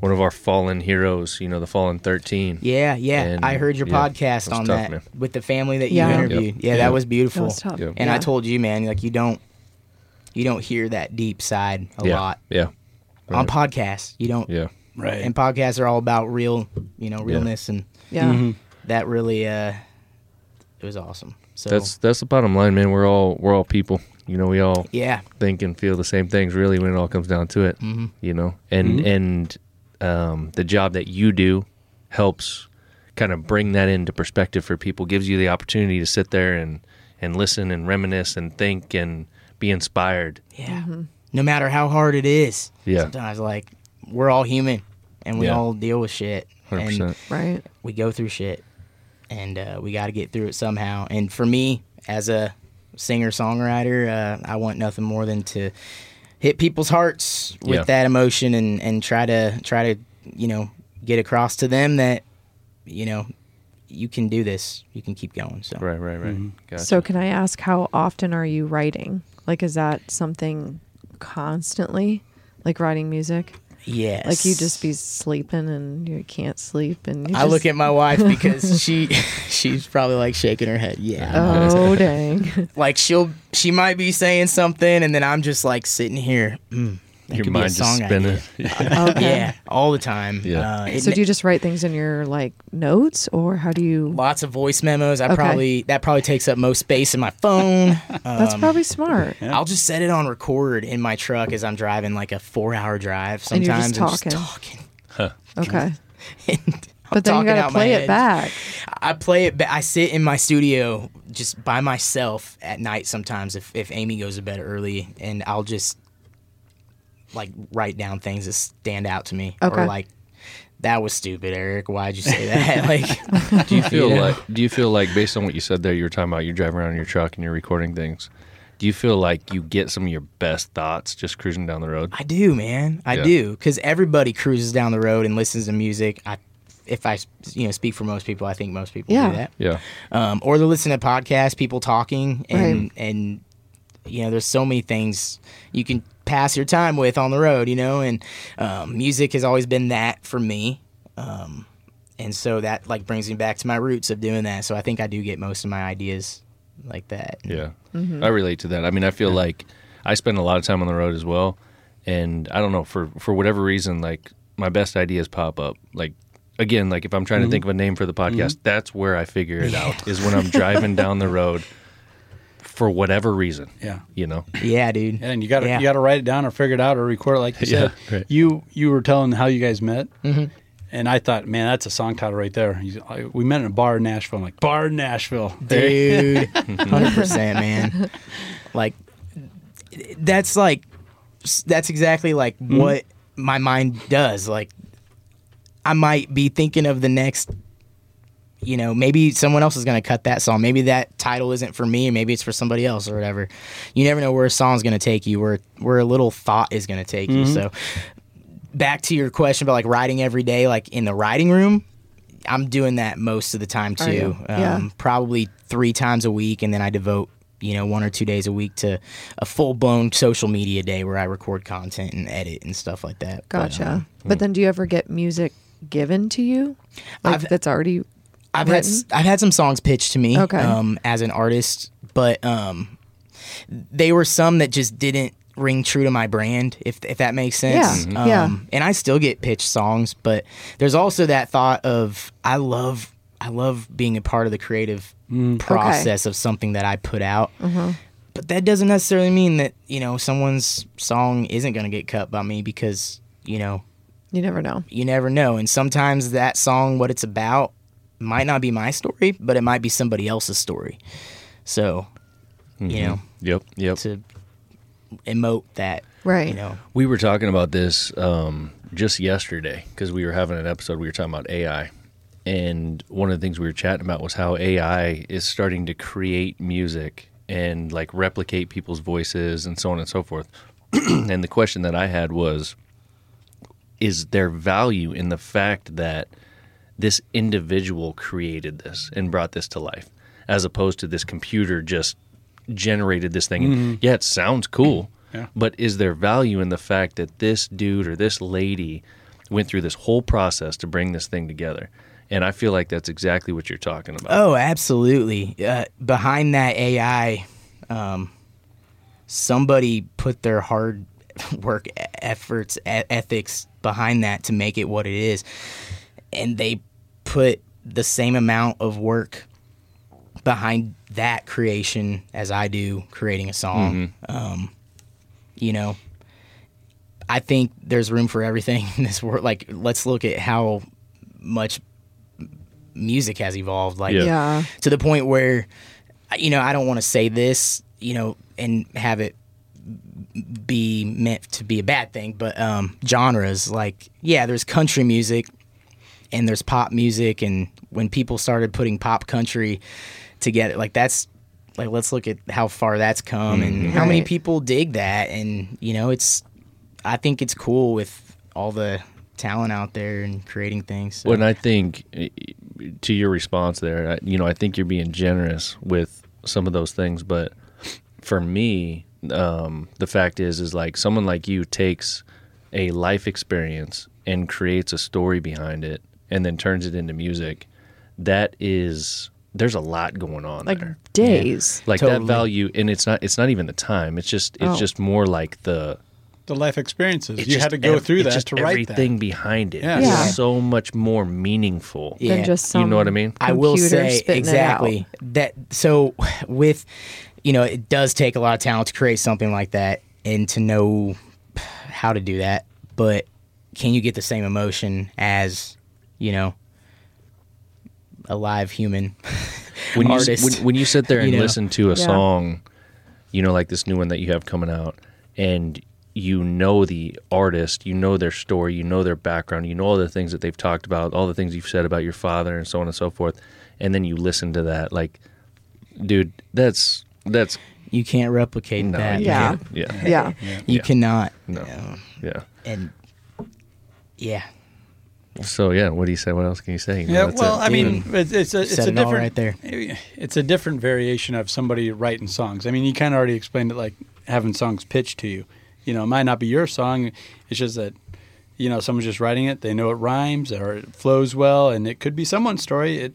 one of our fallen heroes. You know, the Fallen Thirteen.
Yeah, yeah.
And,
I heard your
yeah,
podcast
that was
on
tough,
that
man.
with the family that you
Yeah.
interviewed.
Yep.
Yeah,
Yeah.
that was beautiful.
That was tough.
Yep.
And I
Yeah.
told you, man, like you don't you don't hear that deep side a
yeah,
lot
Yeah,
on
Right.
podcasts. You don't
yeah.
Right.
and podcasts are all about real, you know, realness and
Yeah.
that really uh it was awesome. So
That's that's the bottom line, man. We're all we're all people. You know, we all
yeah.
think and feel the same things really when it all comes down to it
Mm-hmm.
you know and and um, the job that you do helps kind of bring that into perspective for people gives you the opportunity to sit there and and listen and reminisce and think and be inspired
Yeah. No matter how hard it is.
Yeah.
Sometimes like we're all human and we
Yeah.
all deal with shit. And
100%
Right.
we go through shit and uh, we got to get through it somehow and for me as a singer songwriter uh, i want nothing more than to hit people's hearts with
Yeah.
that emotion and, and try to try to you know get across to them that you know you can do this you can keep going so
right right right
Mm-hmm.
gotcha.
So can I ask how often are you writing? Like is that something constantly? Like writing music?
yes
Like you just be sleeping and you can't sleep and you
I look
just-
at my wife because she she's probably like shaking her head. Yeah,
Oh dang.
like she'll she might be saying something, and then I'm just like sitting here. Mm, that
your
could be a
mind just
song idea.
spinning
Yeah, all the time.
Yeah.
Uh, it,
so do you just write things in your like notes or how do you
lots of voice memos. I
Okay.
probably that probably takes up most space in my phone. Uh,
That's probably smart.
I'll just set it on record in my truck as I'm driving like a four hour drive.
And you're
Sometimes
just
I'm just
talking.
talking.
Okay.
And I'm
But then you
talking
got
out
to
my
play it
head.
back.
I play it. Ba- I sit in my studio just by myself at night sometimes if if Amy goes to bed early, and I'll just like write down things that stand out to me
Okay.
or like. That was stupid, Eric. Why'd you say that? like,
do you feel
Yeah.
like do you feel like based on what you said there you were talking about you're driving around in your truck and you're recording things do you feel like you get some of your best thoughts just cruising down the road
I do, man. I
Yeah.
do, because everybody cruises down the road and listens to music. I, if I, you know, speak for most people, I think most people
Yeah.
do that.
yeah
Um, or they listen to podcasts, people talking, and
Right.
and you know, there's so many things you can pass your time with on the road, you know, and um, music has always been that for me. Um, and so that like brings me back to my roots of doing that. So I think I do get most of my ideas like that.
Yeah.
Mm-hmm.
I relate to that. I mean, I feel like I spend a lot of time on the road as well. And I don't know, for, for whatever reason, like my best ideas pop up. Like, again, like if I'm trying to think of a name for the podcast, that's where I figure it out is when I'm driving down the road for whatever reason,
Yeah.
you know?
Yeah, dude.
And you got to
Yeah.
you got to write it down or figure it out or record it like you
Yeah,
said.
right.
You you were telling how you guys met, and I thought, man, that's a song title right there. He's- I- we met in a bar in Nashville. I'm like bar in Nashville.
dude 100% man like that's like that's exactly like what my mind does like i might be thinking of the next you know maybe someone else is going to cut that song maybe that title isn't for me maybe it's for somebody else or whatever you never know where a song's going to take you where where a little thought is going to take you so back to your question about like writing every day like in the writing room i'm doing that most of the time
Are you?
too Um,
Yeah.
probably three times a week and then i devote you know one or two days a week to a full-blown social media day where i record content and edit and stuff like that But,
Gotcha. But,
um,
then do you ever get music given to you? Like
I've-
that's already
I've had
written?
s- I've had some songs pitched to me
Okay.
um, as an artist, but um, they were some that just didn't ring true to my brand, if if that makes sense. Um,
Yeah, Mhm. yeah.
And I still get pitched songs, but there's also that thought of I love I love being a part of the creative process of something that I put out.
Mm-hmm.
But that doesn't necessarily mean that you know someone's song isn't going to get cut by me because you know
You never know.
you never know. And sometimes that song, what it's about, might not be my story, but it might be somebody else's story. So, you know,
Yep. Yep.
to emote that,
Right.
you know,
We were talking about this um, just yesterday because we were having an episode. We were talking about AI, and one of the things we were chatting about was how AI is starting to create music and like replicate people's voices and so on and so forth. and the question that I had was, is there value in the fact that this individual created this and brought this to life, as opposed to this computer just generated this thing? And yeah, it sounds cool,
Yeah.
but is there value in the fact that this dude or this lady went through this whole process to bring this thing together? And I feel like that's exactly what you're talking about.
Oh, absolutely. Uh, behind that AI, um, somebody put their hard work e- efforts, e- ethics behind that to make it what it is. And they put the same amount of work behind that creation as I do creating a song. Um, you know, I think there's room for everything in this world. Like, let's look at how much music has evolved. Like,
Yeah.
Yeah.
to the point where you know i don't want to say this you know and have it be meant to be a bad thing but um genres like yeah there's country music and there's pop music and when people started putting pop country together like that's like let's look at how far that's come and how many
Right.
people dig that and you know it's i think it's cool with all the talent out there and creating things so.
Well, and I think eh, to your response there, I- you know, I think you're being generous with some of those things, but for me, um, the fact is, is like someone like you takes a life experience and creates a story behind it, and then turns it into music. That is, there's a lot going on
Like
there
days.
like that
Totally.
value and it's not it's not even the time it's just it's
Oh.
just more like the
The life experiences.
it's
you
just
had to go
ev-
through
it's
that
just
to write
everything behind it
Yeah.
is
Yeah.
so much more meaningful
Yeah.
Than just some
You know what I mean?
I will
computer
say
spitting it
exactly
out.
that. So with you know, it does take a lot of talent to create something like that and to know how to do that. But can you get the same emotion as you know a live human
when you,
artist?
when, when you sit there
you
and
know?
listen to a
Yeah.
song, you know, like this new one that you have coming out, and you know the artist, you know their story, you know their background, you know all the things that they've talked about, all the things you've said about your father, and so on and so forth, and then you listen to that, like, dude, that's that's
you can't replicate
no,
that.
you
Yeah.
can't. yeah,
Yeah.
you
Yeah.
cannot.
No.
Um,
yeah.
and yeah,
So yeah, what do you say? What else can you say? You know,
Yeah,
that's
well,
it. Mm.
I mean, it's, it's a, it's
Said
a
it all
different
right there.
It's a different variation of somebody writing songs. I mean, you kind of already explained it, like having songs pitched to you. You know, it might not be your song. It's just that you know someone's just writing it. They know it rhymes or it flows well, and it could be someone's story. It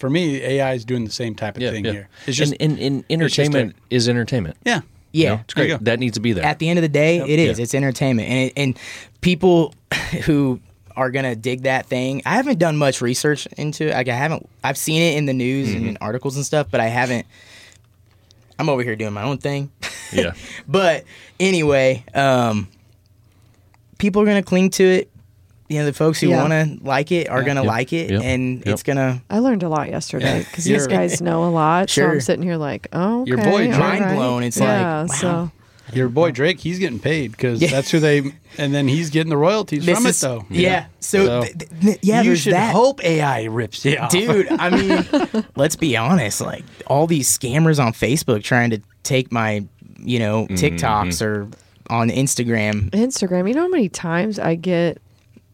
for me, AI is doing the same type of thing here. It's just
and, and, and
it's just a-
entertainment is entertainment.
yeah,
You
yeah.
know, it's
There you
great.
go.
That needs to be there.
at the end of the day, it is.
Yeah.
It's entertainment, and it, and people who are gonna dig that thing. I haven't done much research into. it. Like I haven't. I've seen it in the news and in articles and stuff, but I haven't. I'm over here doing my own thing.
yeah,
But anyway, um, people are gonna cling to it. You know, the folks who
Yeah.
wanna like it are gonna
Yep.
like it,
Yep.
and
Yep.
it's gonna
I learned a lot yesterday because these
You're-
guys know a lot. So
Sure.
I'm sitting here like, oh, okay,
Your boy
all
mind
right.
blown. It's
yeah,
like, wow.
so
your boy Drake, he's getting paid because
Yeah.
that's who they, and then he's getting the royalties
This
from
is-
it though.
Yeah. So,
So-
th- th- th- yeah,
you
there's
should
that.
hope AI rips you off.
dude i mean let's be honest like all these scammers on facebook trying to take my you know
Mm-hmm.
tiktoks or on instagram
Instagram. You know how many times I get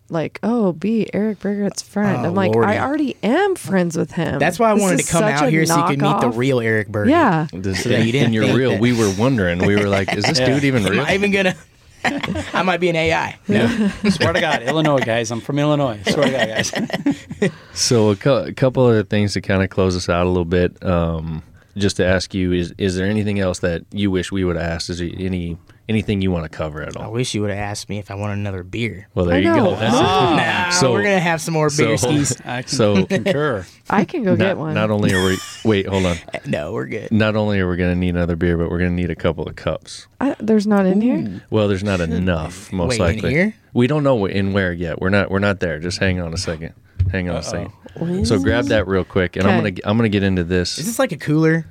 like, oh, be Eric Briggert's friend.
Oh,
I'm like,
Lordy.
I already am friends with him.
that's why i
This
wanted
is
to come
such
out
a
here so you could meet the
knockoff.
real eric Burger.
Yeah.
This-
So that you didn't
and you're
think
real.
that-
We were wondering. We were like, is this dude even
am
real?
i even gonna i might be an ai
yeah.
Swear to God, Illinois guys, I'm from Illinois. Swear to God, guys.
So a, cou- a couple other things to kind of close us out a little bit. Um, just to ask you is is there anything else that you wish we would have asked? Is there any anything you want to cover at
I
all?
wish you would have asked me if I wanted another beer.
Well, there
I
you go.
know.
That's it.
Nah,
Uh, So-
we're gonna have some more beer skis.
I can
So-
concur.
I can go get
Not,
one.
not only are we wait, hold on.
No, we're good.
Not only are we going to need another beer, but we're going to need a couple of cups.
I, there's not in here.
Well, there's not enough,
Wait,
most
in
likely.
here?
We don't know wh- in where yet. We're not. We're not there. Just hang on a second. Hang on a second. So grab that real quick, and I'm gonna.
Okay.
I'm gonna get into
Is
this.
this like a cooler?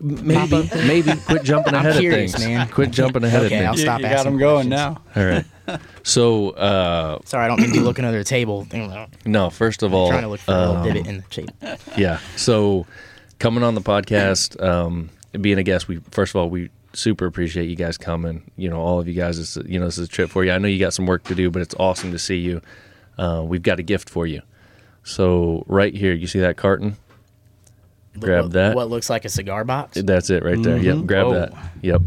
Maybe. Maybe. Quit jumping ahead
curious,
of things.
man.
Quit jumping ahead
Okay,
of
I'll
things.
You,
stop
you got
asking
them going
questions.
now.
All right. So uh,
Sorry, I don't mean to be looking under the table.
no. First of all,
trying to look for a little
um,
divot in the table.
yeah. So coming on the podcast, um, being a guest, we first of all we super appreciate you guys coming. You know, all of you guys. It's, you know, this is a trip for you. I know you got some work to do, but it's awesome to see you. Uh, we've got a gift for you. So right here, you see that carton? Grab
what,
that.
What looks like a cigar box.
That's it right there. Yep. Grab
Oh.
that. Yep.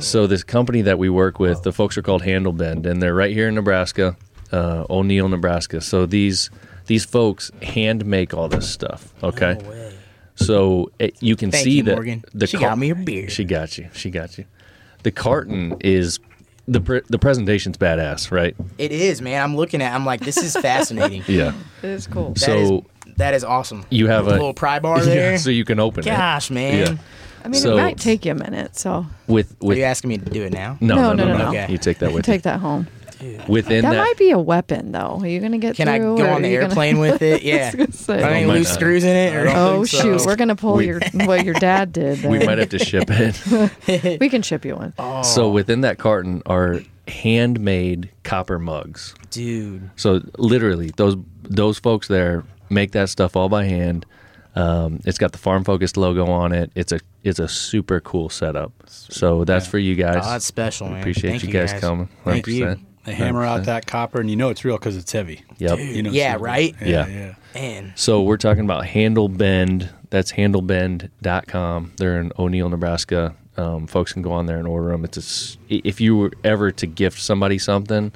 So this company that we work with, the folks are called Handle Bend, and they're right here in Nebraska, uh, O'Neill, Nebraska. So these these folks hand make all this stuff. Okay. So it, you can
Thank
see
you,
that
Morgan.
the
She
car-
got me a beer.
She got you. She got you. The carton is the pre- the presentation's badass, right?
It is, man. I'm looking at. I'm like, this is fascinating.
Yeah.
It is cool.
So-
That is- that is awesome.
You have a,
little pry bar
Yeah,
there.
so you can open it.
Gosh, man.
I mean,
so-
it might take you a minute. So
With
Are
with
you asking me to do it now?
no no
No,
no
no,
no,
no,
no. Okay.
you take that
you
with you.
take that home.
Within
That
that,
might be a weapon, though. Are you gonna get
Can I
through?
go
or
on the
are you gonna-
airplane with it? Yeah.
gonna
Are
say.
there any
Oh, my
loose
God.
screws in it? Or?
Oh
think so.
shoot, we're gonna pull
We-
your what your dad did.
we
there.
might Oh. have to ship it.
we can ship you one.
Oh.
So within that carton are handmade copper mugs.
Dude.
So literally, those those folks there make that stuff all by hand. Um, it's got the farm focused logo on it. It's a it's a super cool setup. So that's for you guys.
Oh, that's special, man.
Appreciate
Thank
you guys, coming.
Thank you.
100%.
They hammer out that copper, and you know it's real because it's heavy.
Yep.
You know,
Yeah,
so-
right?
Yeah.
Yeah, yeah.
Man.
So we're talking about Handlebend. That's handlebend.com. They're in O'Neill, Nebraska. Um, folks can go on there and order them. It's a s if you were ever to gift somebody something,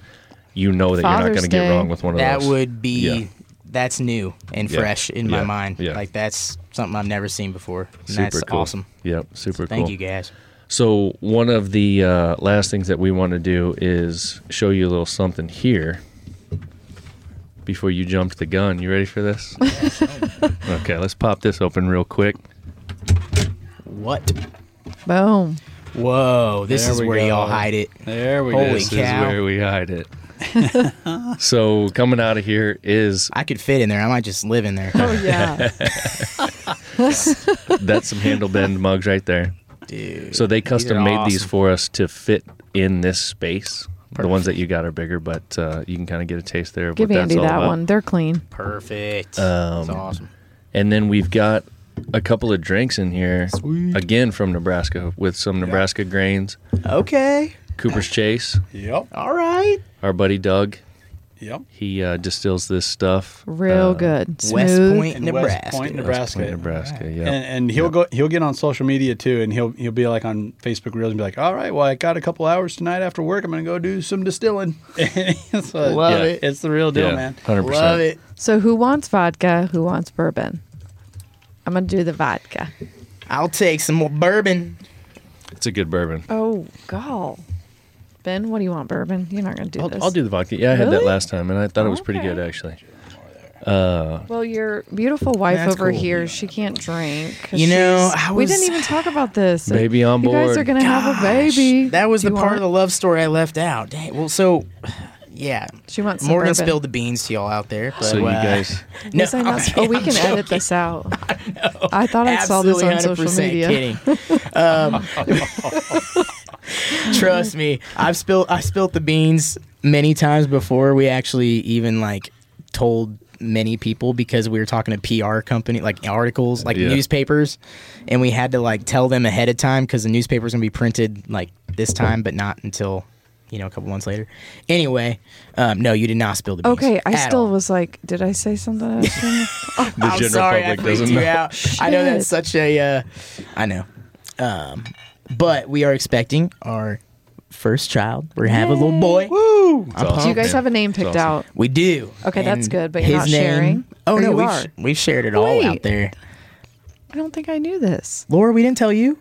you know that you're not
Father's
going to get
Day.
wrong with one of
That
those.
would be
Yeah.
that's new and
Yeah.
fresh in
Yeah.
my mind.
Yeah.
Like that's something I've never seen before. And
super
that's
cool.
awesome.
Yep, super
Thank
cool.
you guys.
So one of the uh, last things that we want to do is show you a little something here before you jump the gun. You ready for this? okay, let's pop this open real quick.
What?
Boom.
Whoa, this
There
is
we
where y'all
go.
hide it.
There we
Holy
go.
this
cow.
is where we hide it. so coming out of here is
I could fit in there. I might just live in there.
Oh yeah.
that's some handle bend mugs right there.
Dude.
So they custom
are
made these
awesome.
for us to fit in this space. The ones that you got are bigger, but uh, you can kind of get a taste there of
Give
what that's
Andy
all
that
about.
one. They're clean.
Perfect.
Um,
that's awesome.
And then we've got a couple of drinks in here, again from Nebraska, with some Nebraska grains.
Okay.
Cooper's Chase,
Yep.
All right.
our buddy Doug,
Oh.
Yep.
he uh, distills this stuff.
Real
uh,
good.
West
Smooth.
Point,
In
Nebraska.
West Point,
West
Nebraska.
Point, Nebraska, yeah.
And, and he'll go. He'll get on social media too, and he'll he'll be like on Facebook Reels and be like, "All right, well, I got a couple hours tonight after work. I'm gonna go do some distilling." so,
Love
Yeah.
it.
It's the real deal, man.
100%.
Love it.
So who wants vodka? Who wants bourbon? I'm gonna do the vodka.
I'll take some more bourbon.
It's a good bourbon.
Oh god. Ben, what do you want? Bourbon? You're not gonna do this.
I'll, I'll do the vodka. Yeah, I had that
Really?
last time, and I thought it was pretty
Okay.
good, actually.
Well, your beautiful wife
That's
over
cool.
here, she can't drink. 'cause
You know,
she's-
I
we
was-
didn't even talk about this.
Baby on
You guys
board.
are gonna have a baby.
That was
Do
the
you
part of the
want-
love story I left out. Dang, well, so yeah,
She wants some
Morgan
bourbon.
spilled the beans to y'all out there. But,
So you
uh,
guys,
no,
Was I not-
okay,
oh, we
I'm
can
joking.
edit this out. I, thought I saw
Absolutely,
this on
100
social
percent
media.
kidding. Um, trust me, I've spilled I spilled the beans many times before. We actually even like told many people because we were talking to PR company like articles like
Yeah.
newspapers and we had to like tell them ahead of time cuz the newspaper's going to be printed like this time but not until you know a couple months later. Anyway, um, no, you did not spill the beans.
Okay, I
at
still
all.
was like, did I say something? I was gonna-
the
I'm
general
sorry,
public
I freaked
doesn't
you
know.
out. I know that's
Shit.
such a, uh, I know, um, but we are expecting our first child. We're gonna have a little boy. Woo!
It's awesome.
do you guys
man.
have a name
It's
picked
awesome.
out?
We do.
Okay, that's
And
good, but you're not sharing?
Oh
Or
no,
you
we've
are?
we've shared it all
Wait.
out there.
I don't think I knew this.
Laura, we didn't tell you.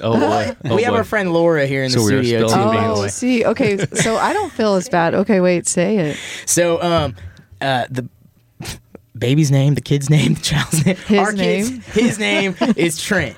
Oh boy. Oh,
we have
boy.
our friend Laura here in
So
the
we were
studio too.
spelling Being
Oh,
away.
see, okay, so I don't feel as bad. Okay, wait, say it.
So, um, uh, the baby's name, the kid's name, the child's name,
His
our
name.
kids, his name is Trent.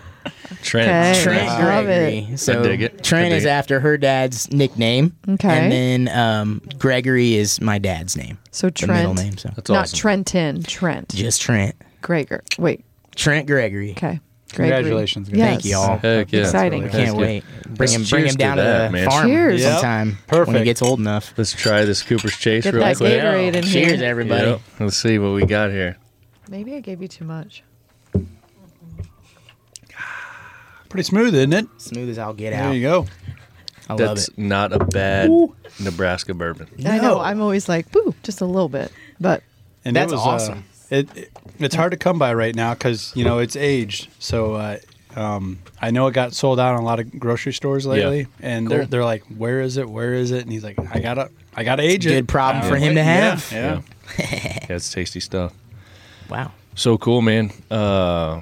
Trent.
Okay.
Trent
Nice. Love
Gregory.
it.
So
I dig it. I
Trent
dig
is
it.
after her dad's nickname.
Okay.
And then um, Gregory is my dad's name.
So
The middle
Trent,
name. So
That's
not
awesome.
Trenton, Trent
just Trent.
Gregor. Wait,
Trent Gregory.
okay. Gregory.
Congratulations, guys.
Thank you all.
Heck yeah.
Exciting.
That's
Can't
good.
wait. Bring him,
Let's
bring
cheers
him down
to
to,
that,
the
man.
farm
Cheers.
Yep.
sometime when he
Perfect.
gets old enough.
Let's try this Cooper's Chase
Get
real
that
quick.
Gatorade in here.
Cheers, everybody.
Yep. Let's see what we got here.
Maybe I gave you too much.
Pretty smooth, isn't it?
Smooth as I'll get
There
out.
you go.
I love
That's
it.
not a bad Nebraska bourbon.
I know.
No.
I'm always like, boo, just a little bit. But
And
That's
uh,
awesome.
it, it- it's hard to come by right now because you know it's aged. So uh, um, I know it got sold out in a lot of grocery stores lately, and they're
Cool.
they're like, "Where is it? Where is it?" And he's like, "I gotta, I gotta age it."
Good problem
Uh,
for him to
yeah,
have.
Yeah.
Yeah, it's tasty stuff.
Wow.
So cool, man. Uh,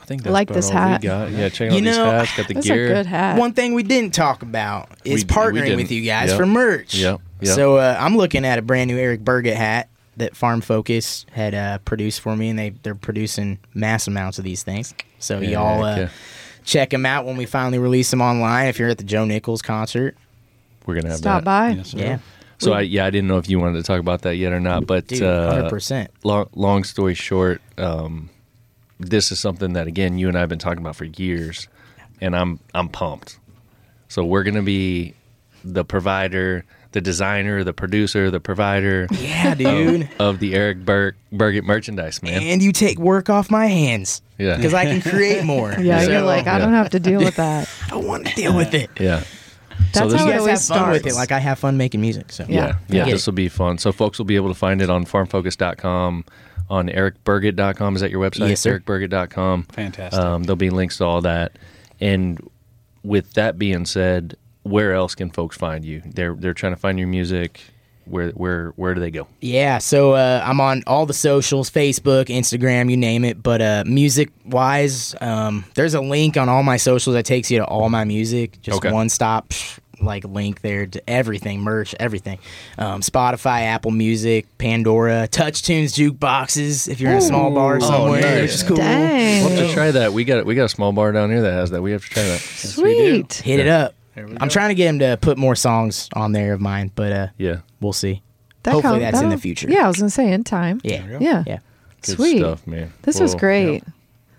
I think that's
Like
about
this
all
hat.
we got. Yeah, check out
You
these
know,
hats. Got the
that's
gear.
a good hat.
One thing we didn't talk about is
We- we
partnering
didn't.
with you guys
Yep.
for merch.
Yep. Yep.
So uh, I'm looking at a brand new Eric Burgett hat that Farm Focus had uh, produced for me, and they they're producing mass amounts of these things. So y'all uh,
Heck yeah.
check them out when we finally release them online. If you're at the Joe Nichols concert,
We're gonna have
stop
that.
by.
Yes, sir.
yeah,
So I, yeah, I didn't know if you wanted to talk about that yet or not, but
dude, hundred
uh,
percent.
long, long story short, um, this is something that again you and I have been talking about for years, and I'm I'm pumped. So we're gonna be the provider, the designer, the producer, the provider
Yeah, dude.
of the Eric Burke Burgett merchandise, man.
And you take work off my hands.
Yeah.
Because I can create more.
Yeah,
So
you're like, I
Yeah.
don't have to deal with that.
I want to deal with it.
yeah.
That's
this
how
You guys
it
have
always
fun
starts.
with it like I have fun making music. So
Yeah,
Yeah.
yeah,
I get
this
it.
will be fun. So folks will be able to find it on farmfocus.com, on ericburgett.com. Is that your website?
Yes, sir.
ericburgett.com.
Fantastic.
Um, there'll be links to all that. And with that being said, where else can folks find you? They're they're trying to find your music. Where where where do they go?
Yeah, so uh, I'm on all the socials, Facebook, Instagram, you name it. But uh, music wise, um, there's a link on all my socials that takes you to all my music. Just
Okay.
one stop psh, like link there to everything, merch, everything. Um, Spotify, Apple Music, Pandora, Touch Tunes, jukeboxes. If you're in a small bar somewhere,
Oh, nice.
which is cool.
Dang.
We'll have to try that. We got we got a small bar down here that has that. We have to try that.
Sweet.
Hit it up. I'm trying to get him to put more songs on there of mine, but uh,
Yeah.
we'll see.
That
Hopefully
count-
that's in the
that'll-
future.
Yeah, I was gonna say in time.
Yeah.
you go.
Yeah.
Yeah.
Good
Sweet.
stuff, man.
This was
Well,
great.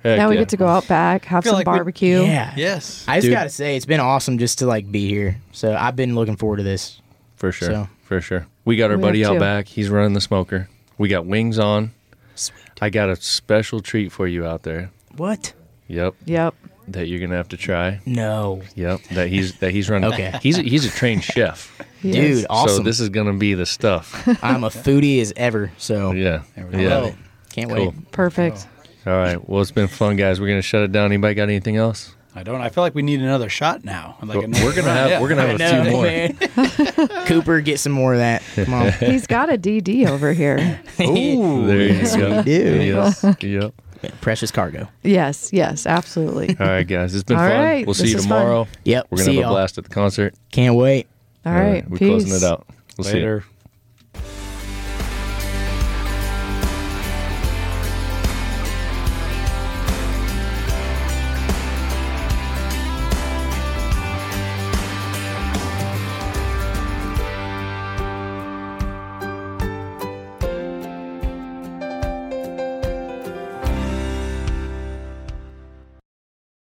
heck
Now we
yeah.
get to go out back, have
feel
some
like we-
barbecue.
Yeah.
Yes.
Uh, I just
Dude.
gotta say, it's been awesome just to like be here. So I've been looking forward to this.
For sure.
So-
For sure. We got our
We
buddy
have
out
two.
back. He's running the smoker. We got wings on.
Sweet.
I got a special treat for you out there.
What?
Yep.
Yep.
That you're gonna have to try.
No,
Yep. That he's that he's running.
Okay.
He's a, he's a trained chef.
Yes.
dude, awesome.
So this is gonna be the stuff.
I'm a foodie as ever. So
Yeah.
we go.
I love
Yeah.
it. Can't
Cool.
wait.
Perfect.
All right. Well, it's been fun, guys. We're gonna shut it down. Anybody got anything else?
I don't. I feel like we need another shot now. Like another
We're gonna
round.
have
Yeah.
we're gonna have a
I know,
few more.
man. Cooper, get some more of that. Come on.
He's got a DD over here.
Ooh, there you go.
we do.
Yep. Yep.
Precious cargo.
yes. Yes. Absolutely.
All right, guys. It's been
All
fun.
right,
We'll see
this
you
was fun.
tomorrow.
Yep,
We're gonna
see
have a
y'all.
blast at the concert.
Can't wait.
All right.
We're
peace.
closing it out. We'll see you.
later.